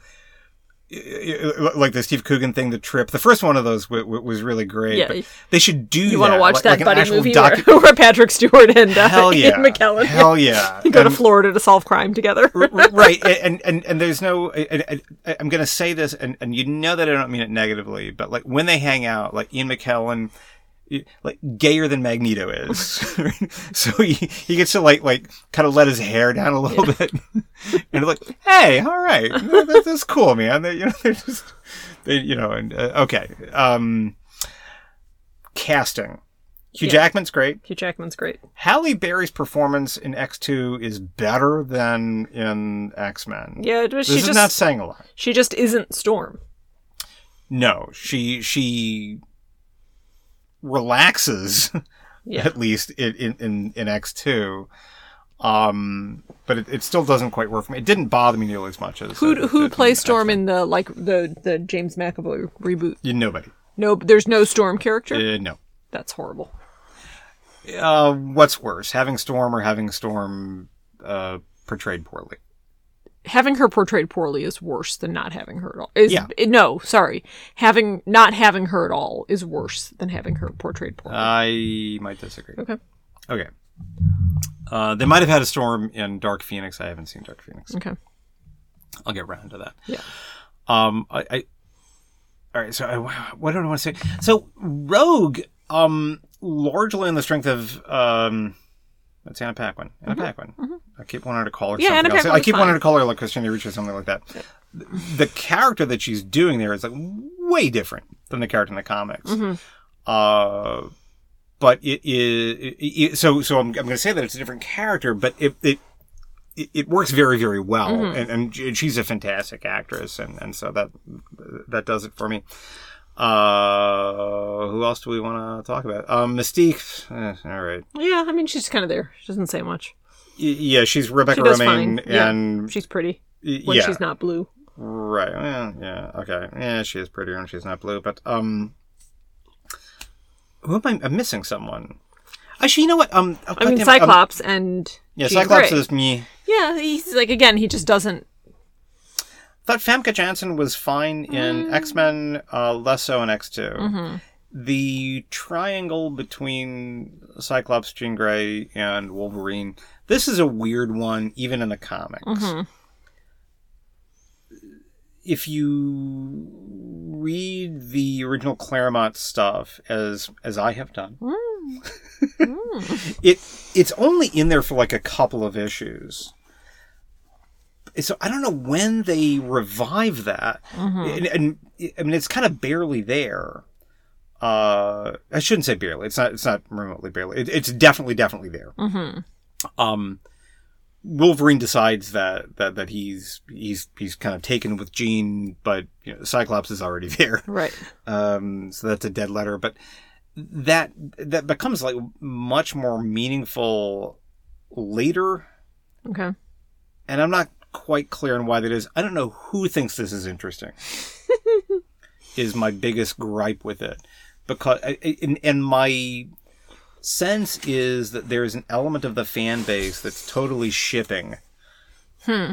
Speaker 2: y- y- like the Steve Coogan thing, the trip. The first one of those w- w- was really great.
Speaker 3: Yeah.
Speaker 2: but they should do.
Speaker 3: you want to watch
Speaker 2: like,
Speaker 3: that
Speaker 2: like an
Speaker 3: buddy
Speaker 2: actual
Speaker 3: movie
Speaker 2: docu-
Speaker 3: *laughs* where, where Patrick Stewart and uh,
Speaker 2: Hell yeah!
Speaker 3: Ian McKellen *laughs*
Speaker 2: Hell yeah!
Speaker 3: go to
Speaker 2: And-
Speaker 3: Florida to solve crime together.
Speaker 2: R- right and, and and there's no I, I, i'm gonna say this and, and you know that i don't mean it negatively but like when they hang out like ian mckellen y- like gayer than magneto is *laughs* so he, he gets to like like kind of let his hair down a little bit *laughs* and like hey all right that, that- that's cool man they, you know *laughs* they're just they you know and uh, okay um casting hugh
Speaker 3: Yeah.
Speaker 2: jackman's great
Speaker 3: *laughs* Hugh Jackman's great.
Speaker 2: Halle Berry's performance in X2 is better than in X Men.
Speaker 3: Yeah, but
Speaker 2: this
Speaker 3: she
Speaker 2: is
Speaker 3: just
Speaker 2: not saying a lot.
Speaker 3: she just isn't Storm.
Speaker 2: No, she she relaxes *laughs*
Speaker 3: Yeah.
Speaker 2: at least in in, in, in X2. Um, but it, it still doesn't quite work for me. It didn't bother me nearly as much as it
Speaker 3: Who
Speaker 2: did
Speaker 3: who
Speaker 2: in
Speaker 3: plays Storm
Speaker 2: X-Men.
Speaker 3: in the like the the James McAvoy reboot?
Speaker 2: Yeah, nobody.
Speaker 3: No, there's no Storm character.
Speaker 2: Uh, no.
Speaker 3: That's horrible.
Speaker 2: Uh, what's worse, having Storm or having Storm uh, portrayed poorly?
Speaker 3: having her portrayed poorly is worse than not having her at all. Is,
Speaker 2: Yeah.
Speaker 3: No, sorry. Having not having her at all is worse than having her portrayed
Speaker 2: Uh,
Speaker 3: poorly.
Speaker 2: I might disagree.
Speaker 3: okay.
Speaker 2: Okay. Uh, they might have had a storm in Dark Phoenix. I haven't seen Dark Phoenix.
Speaker 3: Okay.
Speaker 2: I'll get around to that.
Speaker 3: Mm. Yeah.
Speaker 2: Um. I. I all right. So I, what do I want to say? So Rogue, um, largely on the strength of um, that's Anna Paquin. Anna Paquin. I keep wanting to call her.
Speaker 3: Mm-hmm. Yeah,
Speaker 2: something
Speaker 3: Anna
Speaker 2: else. I
Speaker 3: Paquin's
Speaker 2: keep
Speaker 3: fine.
Speaker 2: wanting to call her like Christina Ricci or something like that. The character that she's doing there is like way different than the character in the comics.
Speaker 3: Mm-hmm.
Speaker 2: Uh, but it is it, it- so. So I'm, I'm going to say that it's a different character, but it it it, it works very very well,
Speaker 3: Mm-hmm.
Speaker 2: and, and she- she's a fantastic actress, and, and so that that does it for me. Uh, who else do we want to talk about? Um, Mystique. eh, all right.
Speaker 3: Yeah, I mean, she's kind of there. She doesn't say much.
Speaker 2: Y- yeah, she's Rebecca
Speaker 3: She does
Speaker 2: Romaine,
Speaker 3: fine. Yeah.
Speaker 2: and
Speaker 3: She's pretty
Speaker 2: y-
Speaker 3: when
Speaker 2: yeah,
Speaker 3: she's not blue.
Speaker 2: Right. Well, yeah. Okay. Yeah, she is prettier and she's not blue. But um, who am I? I'm missing someone. Actually, you know what? Um,
Speaker 3: I mean,
Speaker 2: goddamn- um,
Speaker 3: Cyclops and
Speaker 2: yeah,
Speaker 3: Jean
Speaker 2: Cyclops
Speaker 3: Grey.
Speaker 2: is me.
Speaker 3: Yeah, he's like again, he just doesn't.
Speaker 2: Thought Famke Janssen was fine in
Speaker 3: Mm.
Speaker 2: X Men, uh, less so in X 2
Speaker 3: Mm-hmm.
Speaker 2: The triangle between Cyclops, Jean Grey, and Wolverine. This is a weird one, even in the comics.
Speaker 3: Mm-hmm.
Speaker 2: *laughs* if you read the original Claremont stuff as as I have done,
Speaker 3: Mm. Mm-hmm.
Speaker 2: it it's only in there for like a couple of issues. so I don't know when they revive that,
Speaker 3: Hmm. Mm-hmm.
Speaker 2: and, and I mean it's kind of barely there. Uh, I shouldn't say barely. It's not. It's not remotely barely. It, it's definitely, definitely there.
Speaker 3: Mm-hmm.
Speaker 2: Um, Wolverine decides that that that he's he's he's kind of taken with Jean, but you know, Cyclops is already *laughs* there.
Speaker 3: Right.
Speaker 2: Um, so that's a dead letter, but that that becomes like much more meaningful later
Speaker 3: Okay.
Speaker 2: and I'm not quite clear on why that is. I don't know who thinks this is
Speaker 3: *laughs*
Speaker 2: interesting. is my biggest gripe with it because and, and my sense is that there is an element of the fan base that's totally shipping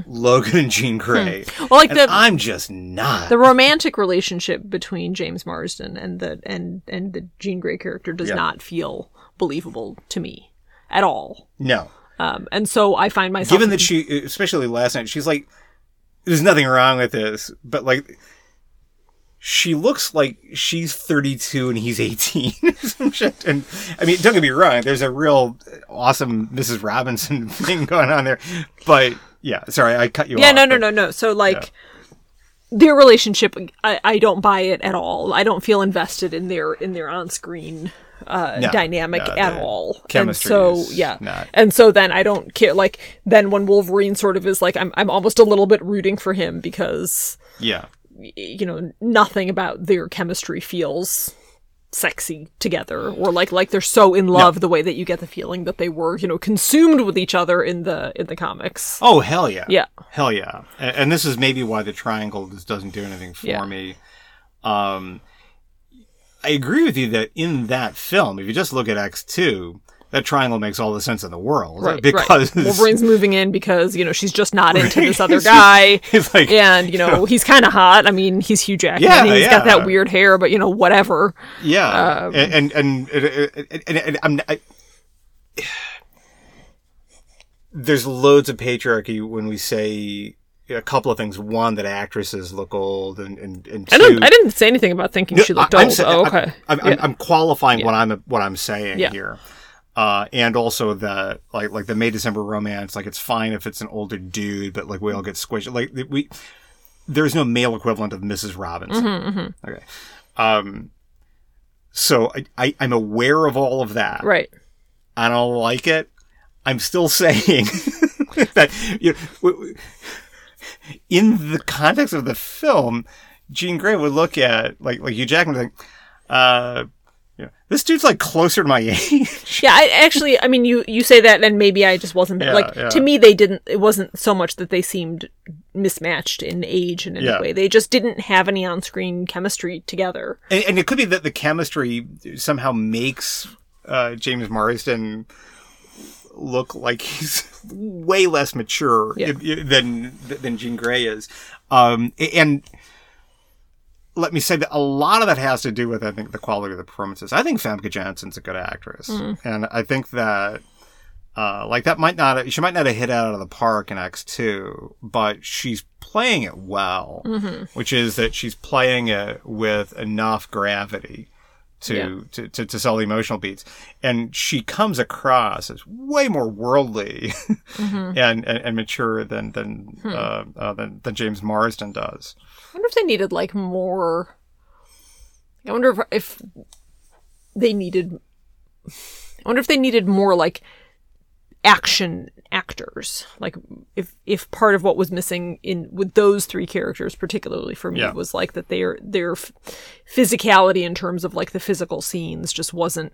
Speaker 2: Logan and Jean Grey.
Speaker 3: Well, like
Speaker 2: And
Speaker 3: Hmm. the
Speaker 2: I'm just not.
Speaker 3: the romantic relationship between James Marsden and the and and the Jean Grey character does
Speaker 2: Yeah.
Speaker 3: not feel believable to me at all.
Speaker 2: no.
Speaker 3: Um, and so I find myself
Speaker 2: Given that she, uh, especially last night, she's like, there's nothing wrong with this, but like, she looks like she's 32 and he's 18. or *laughs* some shit. And I mean, don't get me wrong, there's a real awesome Mrs. Robinson *laughs* thing going on there, but yeah, sorry, I cut you
Speaker 3: yeah
Speaker 2: off.
Speaker 3: no no
Speaker 2: but-
Speaker 3: no no so like their relationship I, I don't buy it at all i don't feel invested in their in their on-screen uh
Speaker 2: No,
Speaker 3: dynamic
Speaker 2: no,
Speaker 3: at
Speaker 2: the
Speaker 3: all
Speaker 2: chemistry
Speaker 3: and so
Speaker 2: is
Speaker 3: yeah
Speaker 2: not-
Speaker 3: and so then i don't care like then when wolverine sort of is like i'm, I'm almost a little bit rooting for him because
Speaker 2: Yeah.
Speaker 3: y- you know nothing about their chemistry feels sexy together or like like they're so in love the way that you get the feeling that they were you know consumed with each other in the in the comics
Speaker 2: Oh, hell yeah.
Speaker 3: yeah
Speaker 2: Hell yeah. A- And, this is maybe why the triangle just doesn't do anything for
Speaker 3: Yeah.
Speaker 2: me. Um, I agree with you that in that film, if you just look at X2, that triangle makes all the sense in the world. *laughs* because
Speaker 3: Wolverine's moving in because you know she's just not into
Speaker 2: *laughs*
Speaker 3: this other guy,
Speaker 2: it's like, yeah.
Speaker 3: and you know he's kind of hot. I mean, he's Hugh Jackman.
Speaker 2: Yeah,
Speaker 3: and he's got
Speaker 2: yeah.
Speaker 3: that weird hair, but you know whatever. Um.
Speaker 2: and, and, and, and, and, and I'm. I, *sighs* there's loads of patriarchy when we say a couple of things. One, that actresses look old, and and, and two,
Speaker 3: I didn't. I didn't say anything about thinking she
Speaker 2: No,
Speaker 3: looked
Speaker 2: I- I'm
Speaker 3: old.
Speaker 2: sa-
Speaker 3: oh,
Speaker 2: I'm-
Speaker 3: okay.
Speaker 2: I'm, I'm, I'm qualifying what I'm what I'm saying
Speaker 3: Yeah.
Speaker 2: here, uh, and also the like like the May December romance. Like it's fine if it's an older dude, but like we all get squished. Like we there's no male equivalent of Mrs. Robinson.
Speaker 3: Mm-hmm,
Speaker 2: Okay, um, so I, I I'm aware of all of that.
Speaker 3: right.
Speaker 2: I don't like it. I'm still *laughs* saying that you know, w- w- in the context of the film, Gene Grey would look at like like Hugh Jackman would think, uh, you know, this dude's like closer to my *laughs* age.
Speaker 3: Yeah. I actually. I mean, you you say that, and maybe I just wasn't
Speaker 2: Yeah,
Speaker 3: like
Speaker 2: yeah.
Speaker 3: to me. They didn't. It wasn't so much that they seemed mismatched in age in any
Speaker 2: Yeah.
Speaker 3: way. They just didn't have any on-screen chemistry together.
Speaker 2: and, and it could be that the chemistry somehow makes uh, James Marsden look like he's *laughs* way less mature
Speaker 3: Yeah.
Speaker 2: i- i- than than Jean Grey is. Um, a- and let me say that a lot of that has to do with I think the quality of the performances. I think Famke Janssen's a good actress, and I think that. Uh, like that might not she might not have hit it out of the park in X two, but she's playing it well,
Speaker 3: Mm-hmm.
Speaker 2: which is that she's playing it with enough gravity to,
Speaker 3: Yeah.
Speaker 2: to, to to sell the emotional beats, and she comes across as way more worldly *laughs*
Speaker 3: Mm-hmm.
Speaker 2: and, and and mature than than
Speaker 3: Hmm.
Speaker 2: uh, uh, than, than James Marsden does.
Speaker 3: I wonder if they needed like more. I wonder if, if they needed. I wonder if they needed more like action actors. Like if if part of what was missing in with those three characters, particularly for me,
Speaker 2: Yeah.
Speaker 3: was like that their their f- physicality in terms of like the physical scenes just wasn't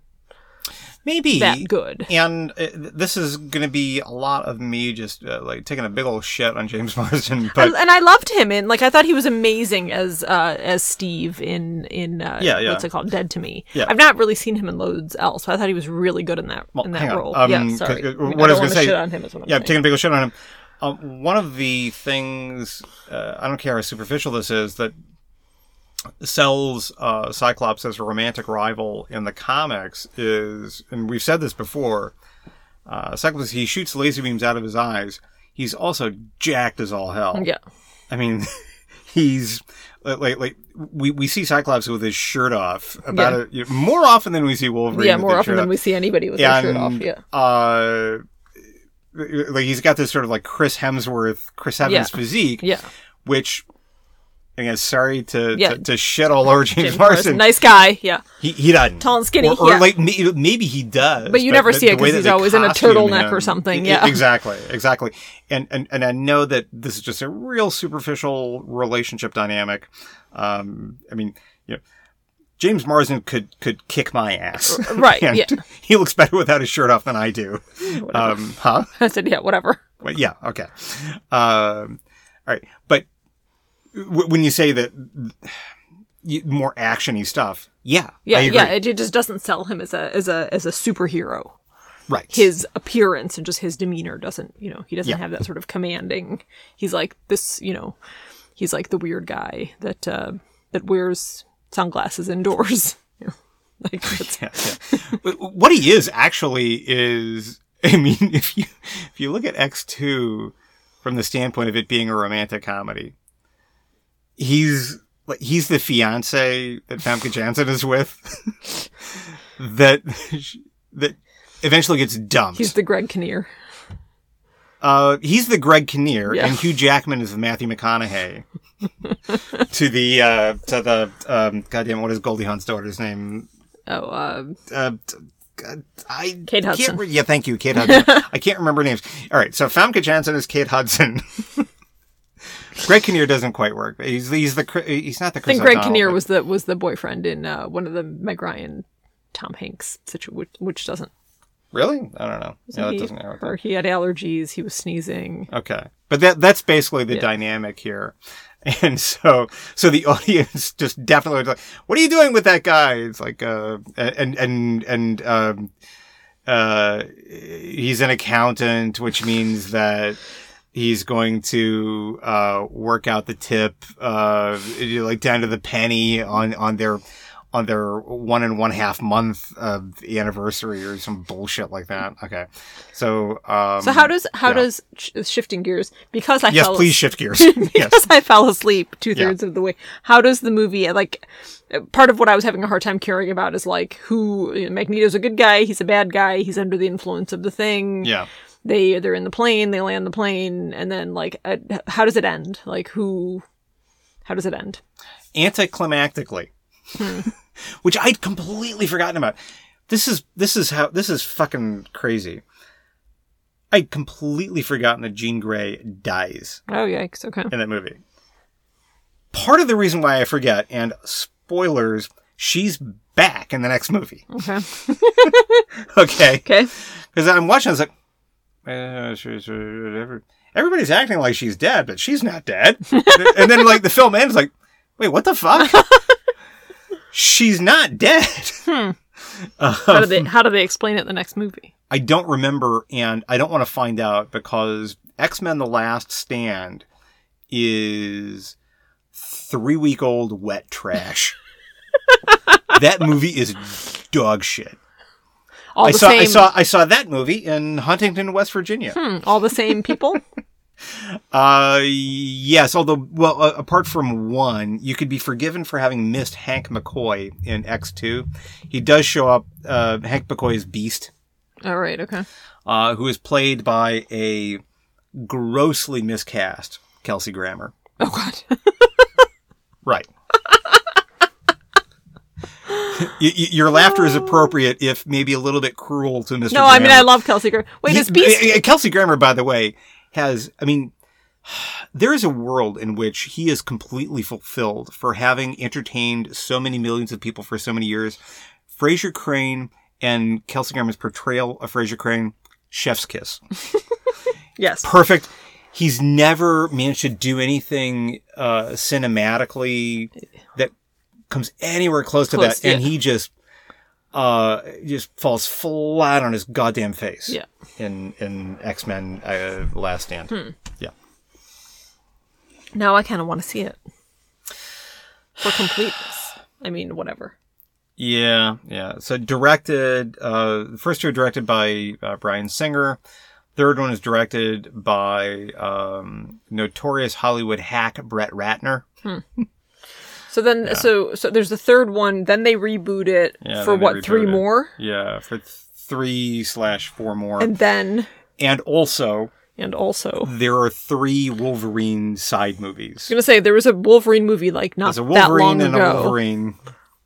Speaker 2: Maybe
Speaker 3: that good.
Speaker 2: And uh, this is going to be a lot of me just uh, like taking a big old shit on James *laughs* Marsden, but
Speaker 3: and, and I loved him in like I thought he was amazing as uh, as Steve in in uh,
Speaker 2: Yeah, yeah.
Speaker 3: what's it called Dead to Me.
Speaker 2: Yeah.
Speaker 3: I've not really seen him in loads else, but I thought he was really good in that in
Speaker 2: hang
Speaker 3: that
Speaker 2: on.
Speaker 3: role.
Speaker 2: Um,
Speaker 3: yeah, sorry.
Speaker 2: 'cause, uh,
Speaker 3: I mean,
Speaker 2: what I was gonna
Speaker 3: I don't wanna
Speaker 2: say-
Speaker 3: shit on him is what I'm
Speaker 2: yeah,
Speaker 3: saying.
Speaker 2: taking a big old shit on him. Um, one of the things uh, I don't care how superficial this is that sells uh, Cyclops as a romantic rival in the comics is, and we've said this before. Uh, Cyclops he shoots laser beams out of his eyes. He's also jacked as all hell.
Speaker 3: yeah,
Speaker 2: I mean, *laughs* he's like, like, like we, we see Cyclops with his shirt off about
Speaker 3: Yeah.
Speaker 2: it you know, more often than we see Wolverine.
Speaker 3: yeah,
Speaker 2: with
Speaker 3: more
Speaker 2: his
Speaker 3: often
Speaker 2: shirt
Speaker 3: than
Speaker 2: off.
Speaker 3: we see anybody with their
Speaker 2: and
Speaker 3: shirt off. Yeah,
Speaker 2: uh, like he's got this sort of like Chris Hemsworth, Chris Evans
Speaker 3: Yeah.
Speaker 2: physique,
Speaker 3: Yeah.
Speaker 2: which again, sorry to,
Speaker 3: Yeah.
Speaker 2: to to shit all over James,
Speaker 3: James Morrison,
Speaker 2: Marsden.
Speaker 3: Nice guy. Yeah. *laughs*
Speaker 2: He he doesn't
Speaker 3: Tall and skinny,
Speaker 2: or, or
Speaker 3: yeah.
Speaker 2: like may- maybe he does,
Speaker 3: But you never see it
Speaker 2: the
Speaker 3: 'cause
Speaker 2: way that
Speaker 3: he's
Speaker 2: they
Speaker 3: always in a
Speaker 2: costume
Speaker 3: turtleneck
Speaker 2: him-
Speaker 3: or something,
Speaker 2: e-
Speaker 3: yeah.
Speaker 2: exactly, exactly. And and and I know that this is just a real superficial relationship dynamic. Um, I mean, you know. James Marsden could could kick my ass. *laughs*
Speaker 3: Right,
Speaker 2: And
Speaker 3: yeah.
Speaker 2: He looks better without his shirt off than I do.
Speaker 3: Whatever.
Speaker 2: Um, huh?
Speaker 3: I said, yeah, whatever.
Speaker 2: Wait, yeah, okay. Um, all right, but w- when you say that you, more actiony stuff, yeah,
Speaker 3: Yeah.
Speaker 2: I agree.
Speaker 3: Yeah. It, it just doesn't sell him as a, as a, as a superhero.
Speaker 2: right, *laughs*
Speaker 3: his appearance and just his demeanor doesn't you know he doesn't
Speaker 2: Yeah.
Speaker 3: have that sort of commanding he's like this you know he's like the weird guy that uh that wears sunglasses indoors *laughs* You know,
Speaker 2: *laughs*
Speaker 3: like that's-
Speaker 2: Yeah, yeah. But what he is actually is, *laughs* I mean, if you if you look at X two from the standpoint of it being a romantic comedy, he's like he's the fiance that Famke Janssen is with, *laughs* that *laughs* that eventually gets dumped.
Speaker 3: he's the greg kinnear
Speaker 2: Uh, he's the Greg Kinnear,
Speaker 3: Yeah.
Speaker 2: and Hugh Jackman is the Matthew
Speaker 3: *laughs*
Speaker 2: McConaughey. to the uh, to the um, goddamn what is Goldie Hawn's daughter's name?
Speaker 3: oh uh
Speaker 2: Uh, t- God, I
Speaker 3: Kate
Speaker 2: can't
Speaker 3: Hudson.
Speaker 2: re- yeah, thank you, Kate
Speaker 3: *laughs*
Speaker 2: Hudson. I can't remember names. All right, so Famke Janssen is Kate Hudson. *laughs* Greg Kinnear doesn't quite work. He's he's the Chri- he's not the.
Speaker 3: i
Speaker 2: Chris
Speaker 3: think greg
Speaker 2: O'Donnell,
Speaker 3: kinnear
Speaker 2: but-
Speaker 3: was the was the boyfriend in uh one of the meg ryan tom hanks situ- which, which doesn't
Speaker 2: really. I don't know. Yeah, that
Speaker 3: he,
Speaker 2: doesn't work.
Speaker 3: or he had allergies he was *laughs* sneezing
Speaker 2: Okay. But that that's basically the
Speaker 3: Yeah.
Speaker 2: dynamic here. *laughs* And so so the *laughs* audience just definitely was like, What are you doing with that guy? It's like uh and and and um uh he's an accountant, which means that he's going to uh work out the tip uh you know, like down to the penny on on their on their one and one half month uh, anniversary or some bullshit like that. Okay, so um,
Speaker 3: so how does how
Speaker 2: yeah.
Speaker 3: does sh- shifting gears because i
Speaker 2: yes,
Speaker 3: fell
Speaker 2: please shift gears. yes.
Speaker 3: *laughs* because I fell asleep two thirds of the way. How does the movie like? Part of what I was having a hard time caring about is like who you know, Magneto's a good guy, he's a bad guy, he's under the influence of the thing.
Speaker 2: Yeah.
Speaker 3: They they're in the plane, they land the plane, and then like uh, how does it end? Like who? How does it end?
Speaker 2: Anticlimactically. *laughs* Which I'd completely forgotten about. This is this is how this is fucking crazy. I'd completely forgotten that Jean Grey dies
Speaker 3: Oh yikes! Okay.
Speaker 2: in that movie. Part of the reason why I forget, and spoilers, she's back in the next movie. *laughs*
Speaker 3: Okay.
Speaker 2: Okay.
Speaker 3: Okay.
Speaker 2: Because I'm watching, I was like, uh,
Speaker 3: Eh,
Speaker 2: she- she- every- everybody's acting like she's dead, but she's not dead. *laughs* and then, like, the film ends, like, wait, what the
Speaker 3: *laughs*
Speaker 2: fuck? she's not dead.
Speaker 3: Hmm.
Speaker 2: *laughs* Um,
Speaker 3: How do they how do they explain it in the next movie?
Speaker 2: I don't remember, and I don't want to find out because X Men The Last Stand is three week old wet
Speaker 3: *laughs*
Speaker 2: trash. that movie is dog shit.
Speaker 3: All
Speaker 2: I
Speaker 3: the
Speaker 2: saw,
Speaker 3: same.
Speaker 2: I saw, I saw that movie in Huntington, West Virginia.
Speaker 3: hmm, all the
Speaker 2: *laughs*
Speaker 3: same people.
Speaker 2: Uh, yes. Although, well, uh, apart from one, you could be forgiven for having missed Hank McCoy in X2. He does show up. Uh, Hank McCoy is Beast,
Speaker 3: all right. Okay.
Speaker 2: uh, who is played by a grossly miscast Kelsey Grammer.
Speaker 3: Oh god. *laughs*
Speaker 2: Right. *laughs* Y- y- Your laughter is appropriate, if maybe a little bit cruel to Mr.
Speaker 3: no, I mean I
Speaker 2: Grammer.
Speaker 3: love Kelsey Grammer. Wait,
Speaker 2: He-
Speaker 3: is Beast
Speaker 2: uh, uh, Kelsey Grammer, by the way, has. I mean, *sighs* there is a world in which he is completely fulfilled for having entertained so many millions of people for so many years. Fraser Crane and Kelsey Grammer's portrayal of Fraser Crane, chef's kiss,
Speaker 3: yes.
Speaker 2: perfect. He's never managed to do anything uh, cinematically that comes anywhere close, to
Speaker 3: Close,
Speaker 2: that, and he just uh, just falls flat on his goddamn face
Speaker 3: Yeah.
Speaker 2: in in X Men uh, Last Stand.
Speaker 3: Hmm.
Speaker 2: Yeah,
Speaker 3: Now I kind of want to see it for completeness. I mean, whatever.
Speaker 2: yeah, yeah. So directed, uh, the first two are directed by uh, Brian Singer. Third one is directed by um, notorious Hollywood hack Brett Ratner.
Speaker 3: So then, so so there's the third one. Then they reboot it
Speaker 2: Yeah,
Speaker 3: for
Speaker 2: then they
Speaker 3: what three
Speaker 2: reboot it.
Speaker 3: more,
Speaker 2: Yeah, for th- three slash four more.
Speaker 3: and then
Speaker 2: And also,
Speaker 3: And also,
Speaker 2: there are three Wolverine side movies.
Speaker 3: I was gonna say there was a Wolverine movie like not
Speaker 2: There's a
Speaker 3: that long
Speaker 2: Wolverine and
Speaker 3: ago.
Speaker 2: a Wolverine.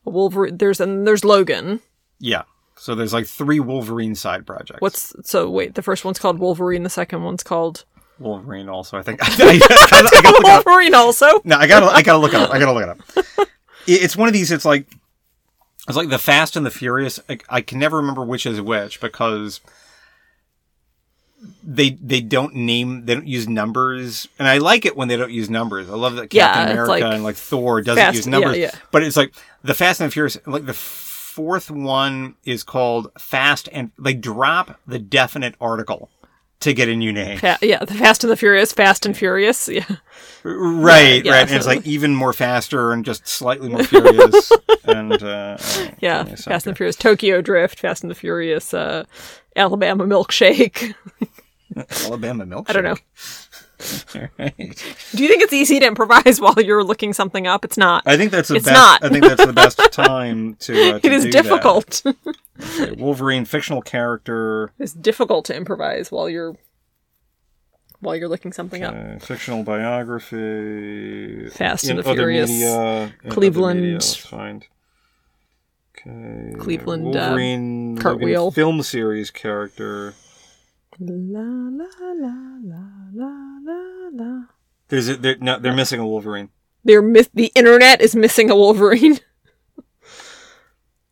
Speaker 3: A Wolverine- There's and there's Logan.
Speaker 2: Yeah. So there's like three Wolverine side projects.
Speaker 3: What's so? Wait, the first one's called Wolverine. The second
Speaker 2: *laughs*
Speaker 3: one's called
Speaker 2: Wolverine also? I think *laughs* I, gotta, I gotta look it up.
Speaker 3: Wolverine. Also,
Speaker 2: *laughs* No, I gotta I gotta look it up. I gotta look it up. It- It's one of these. It's like it's like the Fast and the Furious. I, I can never remember which is which because they they don't name they don't use numbers, and I like it when they don't use numbers. I love that
Speaker 3: Yeah,
Speaker 2: Captain
Speaker 3: it's
Speaker 2: America
Speaker 3: like
Speaker 2: and like Thor doesn't
Speaker 3: Fast-
Speaker 2: use numbers,
Speaker 3: yeah, yeah.
Speaker 2: but it's like the Fast and the Furious. Like the fourth one is called Fast and they drop the definite article to get a new name.
Speaker 3: Fa- yeah, the Fast and the Furious, Fast and Furious. Yeah,
Speaker 2: Right,
Speaker 3: Yeah, yeah.
Speaker 2: right. And it's like even more faster and just slightly
Speaker 3: *laughs*
Speaker 2: more furious. and uh,
Speaker 3: yeah,
Speaker 2: okay, so
Speaker 3: Fast and the Furious, Tokyo Drift, Fast and the Furious, uh, Alabama Milkshake.
Speaker 2: Alabama milk.
Speaker 3: I don't know.
Speaker 2: *laughs*
Speaker 3: Do you think it's easy to improvise while you're looking something up? It's not.
Speaker 2: I think that's the
Speaker 3: It's
Speaker 2: best.
Speaker 3: not.
Speaker 2: I think that's the
Speaker 3: *laughs*
Speaker 2: best time to. Uh, to
Speaker 3: it is
Speaker 2: do that.
Speaker 3: difficult. *laughs*
Speaker 2: Okay, Wolverine, fictional character,
Speaker 3: it's difficult to improvise while you're while you're looking something up.
Speaker 2: uh, fictional biography,
Speaker 3: Fast
Speaker 2: in
Speaker 3: and the
Speaker 2: other
Speaker 3: Furious,
Speaker 2: media, in other
Speaker 3: Cleveland-
Speaker 2: media, let's find. Okay.
Speaker 3: Cleveland, uh,
Speaker 2: Wolverine Logan
Speaker 3: Cartwheel.
Speaker 2: film series character.
Speaker 3: La la la la la la la.
Speaker 2: There's a, they're, no, they're missing a Wolverine.
Speaker 3: They're miss- the internet is missing a Wolverine. *laughs*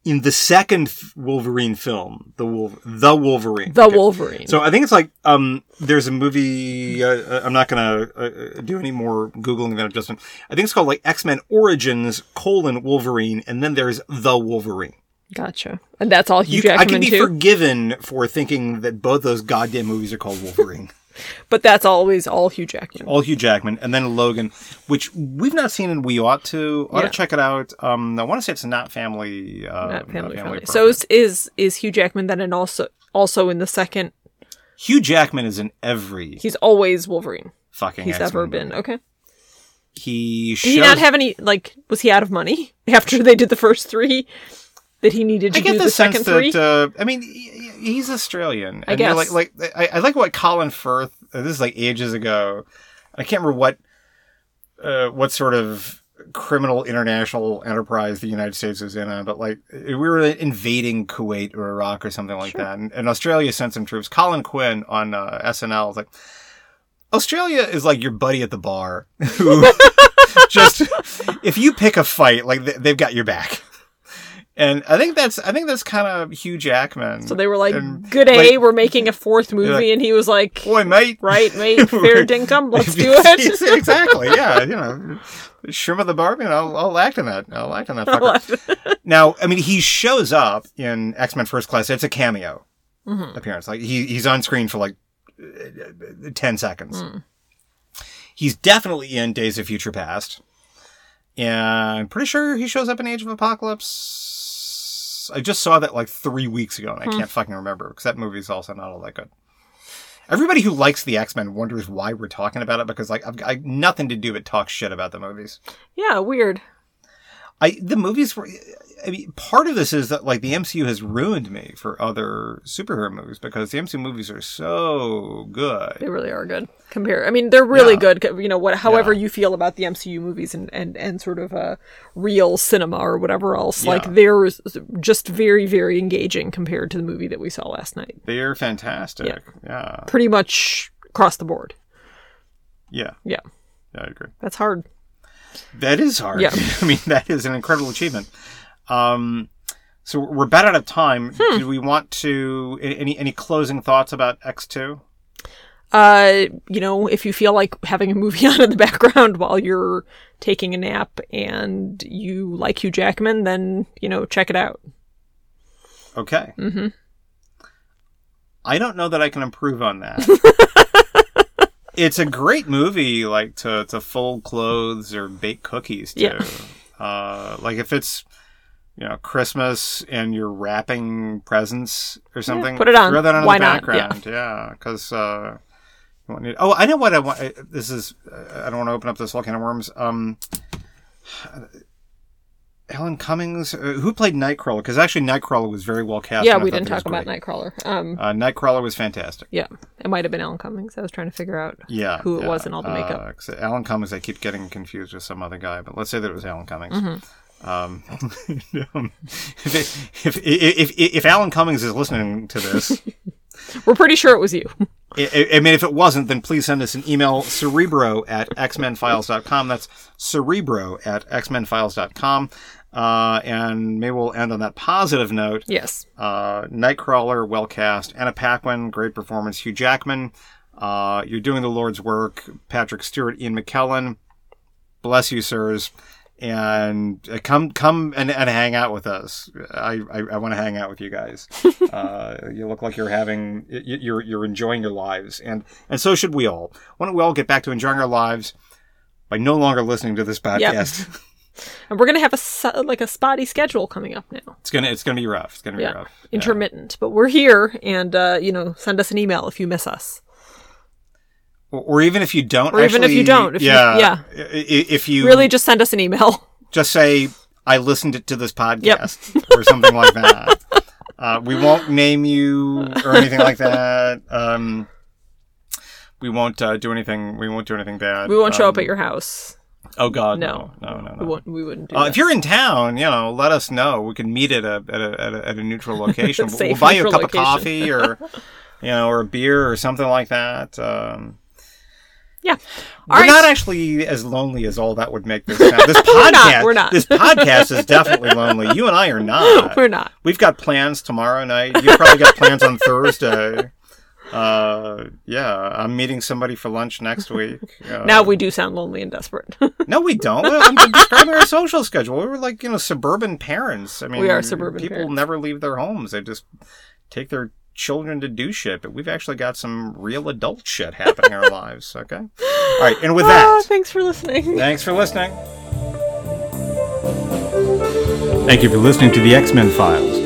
Speaker 2: in the second f- Wolverine film, the Wolf, the Wolverine.
Speaker 3: The
Speaker 2: Okay.
Speaker 3: Wolverine.
Speaker 2: So I think it's like um, there's a movie. Uh, uh, I'm not gonna uh, uh, do any more googling than I've just done. I think it's called like X Men Origins colon Wolverine, and then there's the Wolverine.
Speaker 3: gotcha. And that's all Hugh
Speaker 2: You, I can
Speaker 3: Jackman
Speaker 2: be
Speaker 3: too.
Speaker 2: forgiven for thinking that both those goddamn movies are called
Speaker 3: *laughs*
Speaker 2: Wolverine.
Speaker 3: but that's always all Hugh Jackman.
Speaker 2: All Hugh Jackman, and then Logan, which we've not seen and we ought to. Ought to
Speaker 3: Yeah.
Speaker 2: check it out. Um, I want to say it's not family. Uh,
Speaker 3: Not family
Speaker 2: Not
Speaker 3: friendly.
Speaker 2: Friendly.
Speaker 3: So is, is is Hugh Jackman then and also also in the second
Speaker 2: Hugh Jackman is in every
Speaker 3: he's always Wolverine.
Speaker 2: fucking
Speaker 3: He's
Speaker 2: X-Men
Speaker 3: ever
Speaker 2: movie.
Speaker 3: been. Okay.
Speaker 2: he shows,
Speaker 3: Did he not have any like was he out of money *laughs* after they did the first three? That he needed to
Speaker 2: I get
Speaker 3: do
Speaker 2: the,
Speaker 3: the
Speaker 2: sense
Speaker 3: second three?
Speaker 2: that uh, I mean he- he's Australian.
Speaker 3: I
Speaker 2: And they're
Speaker 3: guess.
Speaker 2: like like I, I like what Colin Firth. uh, This is like ages ago. I can't remember what uh, what sort of criminal international enterprise the United States was in on, but like we were invading Kuwait or Iraq or something like that, and, and Australia sent some troops. Colin Quinn on uh, SNL was like. Australia is like your buddy at the bar who *laughs* just if you pick a fight like they- they've got your back and i think that's i think that's kind of hugh jackman
Speaker 3: so they were like,
Speaker 2: and,
Speaker 3: "Good a,
Speaker 2: like-
Speaker 3: we're making a fourth movie,"
Speaker 2: like,
Speaker 3: and he was like,
Speaker 2: boy mate *laughs*
Speaker 3: "Right, mate, fair dinkum, let's do
Speaker 2: Yes,
Speaker 3: *laughs* it."
Speaker 2: exactly yeah you know shrimp of the barbie and I'll, I'll act in that i'll act in that
Speaker 3: I
Speaker 2: fucker.
Speaker 3: love it.
Speaker 2: now i mean he shows up in x-men first class it's a cameo
Speaker 3: Mhm.
Speaker 2: appearance like he, he's on screen for like uh, 10 seconds he's definitely in days of future past and i'm pretty sure he shows up in age of apocalypse i just saw that like three weeks ago and i can't fucking remember because that movie's also not all that good everybody who likes the x-men wonders why we're talking about it because like i've got nothing to do but talk shit about the movies
Speaker 3: Yeah, weird.
Speaker 2: I the movies were. I mean, part of this is that like the MCU has ruined me for other superhero movies because the MCU movies are so good.
Speaker 3: They really are good. Compare. I mean, they're really
Speaker 2: Yeah.
Speaker 3: good. You know, what, however you feel about the MCU movies and and and sort of uh, real cinema or whatever else,
Speaker 2: Yeah.
Speaker 3: like they're s- just very very engaging compared to the movie that we saw last night.
Speaker 2: They are fantastic. Yeah,
Speaker 3: Pretty much across the board.
Speaker 2: yeah,
Speaker 3: Yeah,
Speaker 2: yeah. I agree.
Speaker 3: that's hard.
Speaker 2: That is hard.
Speaker 3: Yeah.
Speaker 2: *laughs* I mean, that is an incredible achievement. Um, so we're about out of time. Do we want to a- any any closing thoughts about X two?
Speaker 3: uh, you know, if you feel like having a movie *laughs* on in the background while you're taking a nap and you like Hugh Jackman, then, you know, check it out.
Speaker 2: Okay. Mm-hmm. I don't know that I can improve on that.
Speaker 3: *laughs*
Speaker 2: it's a great movie, like to to fold clothes or bake cookies to.
Speaker 3: Yeah.
Speaker 2: Uh, like if it's you know Christmas and you're wrapping presents or something,
Speaker 3: put it on.
Speaker 2: Throw that on in
Speaker 3: Why
Speaker 2: the
Speaker 3: not? Yeah.
Speaker 2: background, yeah, because. Uh, you want it- Oh, I know what I want. I- This is. I don't want to open up this whole can of worms. Um, Alan Cummings, uh, who played Nightcrawler, because actually Nightcrawler was very well cast.
Speaker 3: yeah,
Speaker 2: and I
Speaker 3: we
Speaker 2: thought
Speaker 3: didn't
Speaker 2: that was
Speaker 3: talk about
Speaker 2: great.
Speaker 3: Nightcrawler. Um,
Speaker 2: Uh, Nightcrawler was fantastic.
Speaker 3: yeah, it might have been Alan Cummings. I was trying to figure out
Speaker 2: Yeah,
Speaker 3: who it
Speaker 2: yeah.
Speaker 3: was and all the makeup.
Speaker 2: Uh, 'cause Alan Cummings, I keep getting confused with some other guy, but let's say that it was Alan Cummings.
Speaker 3: Mm-hmm.
Speaker 2: Um, *laughs* um, *laughs* if, it- if, if, if, if Alan Cummings is listening to this,
Speaker 3: We're pretty sure it was you. *laughs*
Speaker 2: I, I mean, if it wasn't, then please send us an email, cerebro at xmenfiles.com. That's cerebro at xmenfiles.com. Uh, and maybe we'll end on that positive note.
Speaker 3: yes.
Speaker 2: Uh, Nightcrawler, well cast. Anna Paquin, great performance. Hugh Jackman, uh, you're doing the Lord's work. Patrick Stewart, Ian McKellen, bless you, sirs. And uh, come, come and, and hang out with us. I, I, I want to hang out with you guys. uh, you look like you're having, y- y- you're, you're enjoying your lives, and and so should we all. Why don't we all get back to enjoying our lives by no longer listening to this podcast? *laughs*
Speaker 3: And we're gonna have a s- like a spotty schedule coming up now,
Speaker 2: It's gonna, it's gonna be rough. It's gonna be
Speaker 3: Yeah.
Speaker 2: rough. Yeah.
Speaker 3: intermittent. But we're here, and uh, you know, send us an email if you miss us.
Speaker 2: or, or even if you don't,
Speaker 3: Or even if you
Speaker 2: actually-
Speaker 3: don't, if you- yeah.
Speaker 2: I- i- if you
Speaker 3: Really, just send us an email. *laughs*
Speaker 2: just say I listened to this podcast or something like
Speaker 3: *laughs*
Speaker 2: that. Uh, we won't name you or anything like that. Um, we won't uh, do anything. We won't do anything bad.
Speaker 3: We won't show up
Speaker 2: Um,
Speaker 3: at your house.
Speaker 2: Oh God,
Speaker 3: No.
Speaker 2: no, no, no, no.
Speaker 3: We won't. We wouldn't do
Speaker 2: Uh,
Speaker 3: that.
Speaker 2: if you're in town, you know, let us know. We can meet at a at a, at a, at a
Speaker 3: *laughs*
Speaker 2: neutral location. we'll
Speaker 3: Safe
Speaker 2: buy you a cup
Speaker 3: neutral
Speaker 2: of coffee or you know, or a beer or something like that. Um,
Speaker 3: yeah. All
Speaker 2: We're
Speaker 3: right.
Speaker 2: not actually as lonely as all that would make this sound. This podcast,
Speaker 3: not, *laughs* we're not.
Speaker 2: this podcast is definitely lonely. You and I are not.
Speaker 3: *laughs* we're not.
Speaker 2: We've got plans tomorrow night. You probably got plans on Thursday. Uh, yeah, I'm meeting somebody for lunch next week. Uh,
Speaker 3: *laughs* Now we do sound lonely and desperate.
Speaker 2: no, we don't. Well, I'm just describing our social schedule. We were like you know suburban parents. I mean,
Speaker 3: We are suburban
Speaker 2: People
Speaker 3: parents.
Speaker 2: never leave their homes. They just take their children to do shit. But we've actually got some real adult shit happening
Speaker 3: *laughs*
Speaker 2: in our lives. Okay. All right, and with
Speaker 3: Ah,
Speaker 2: that.
Speaker 3: *laughs* thanks for
Speaker 2: *laughs*
Speaker 3: listening.
Speaker 2: Thanks for listening.
Speaker 1: Thank you for listening to the X Men Files.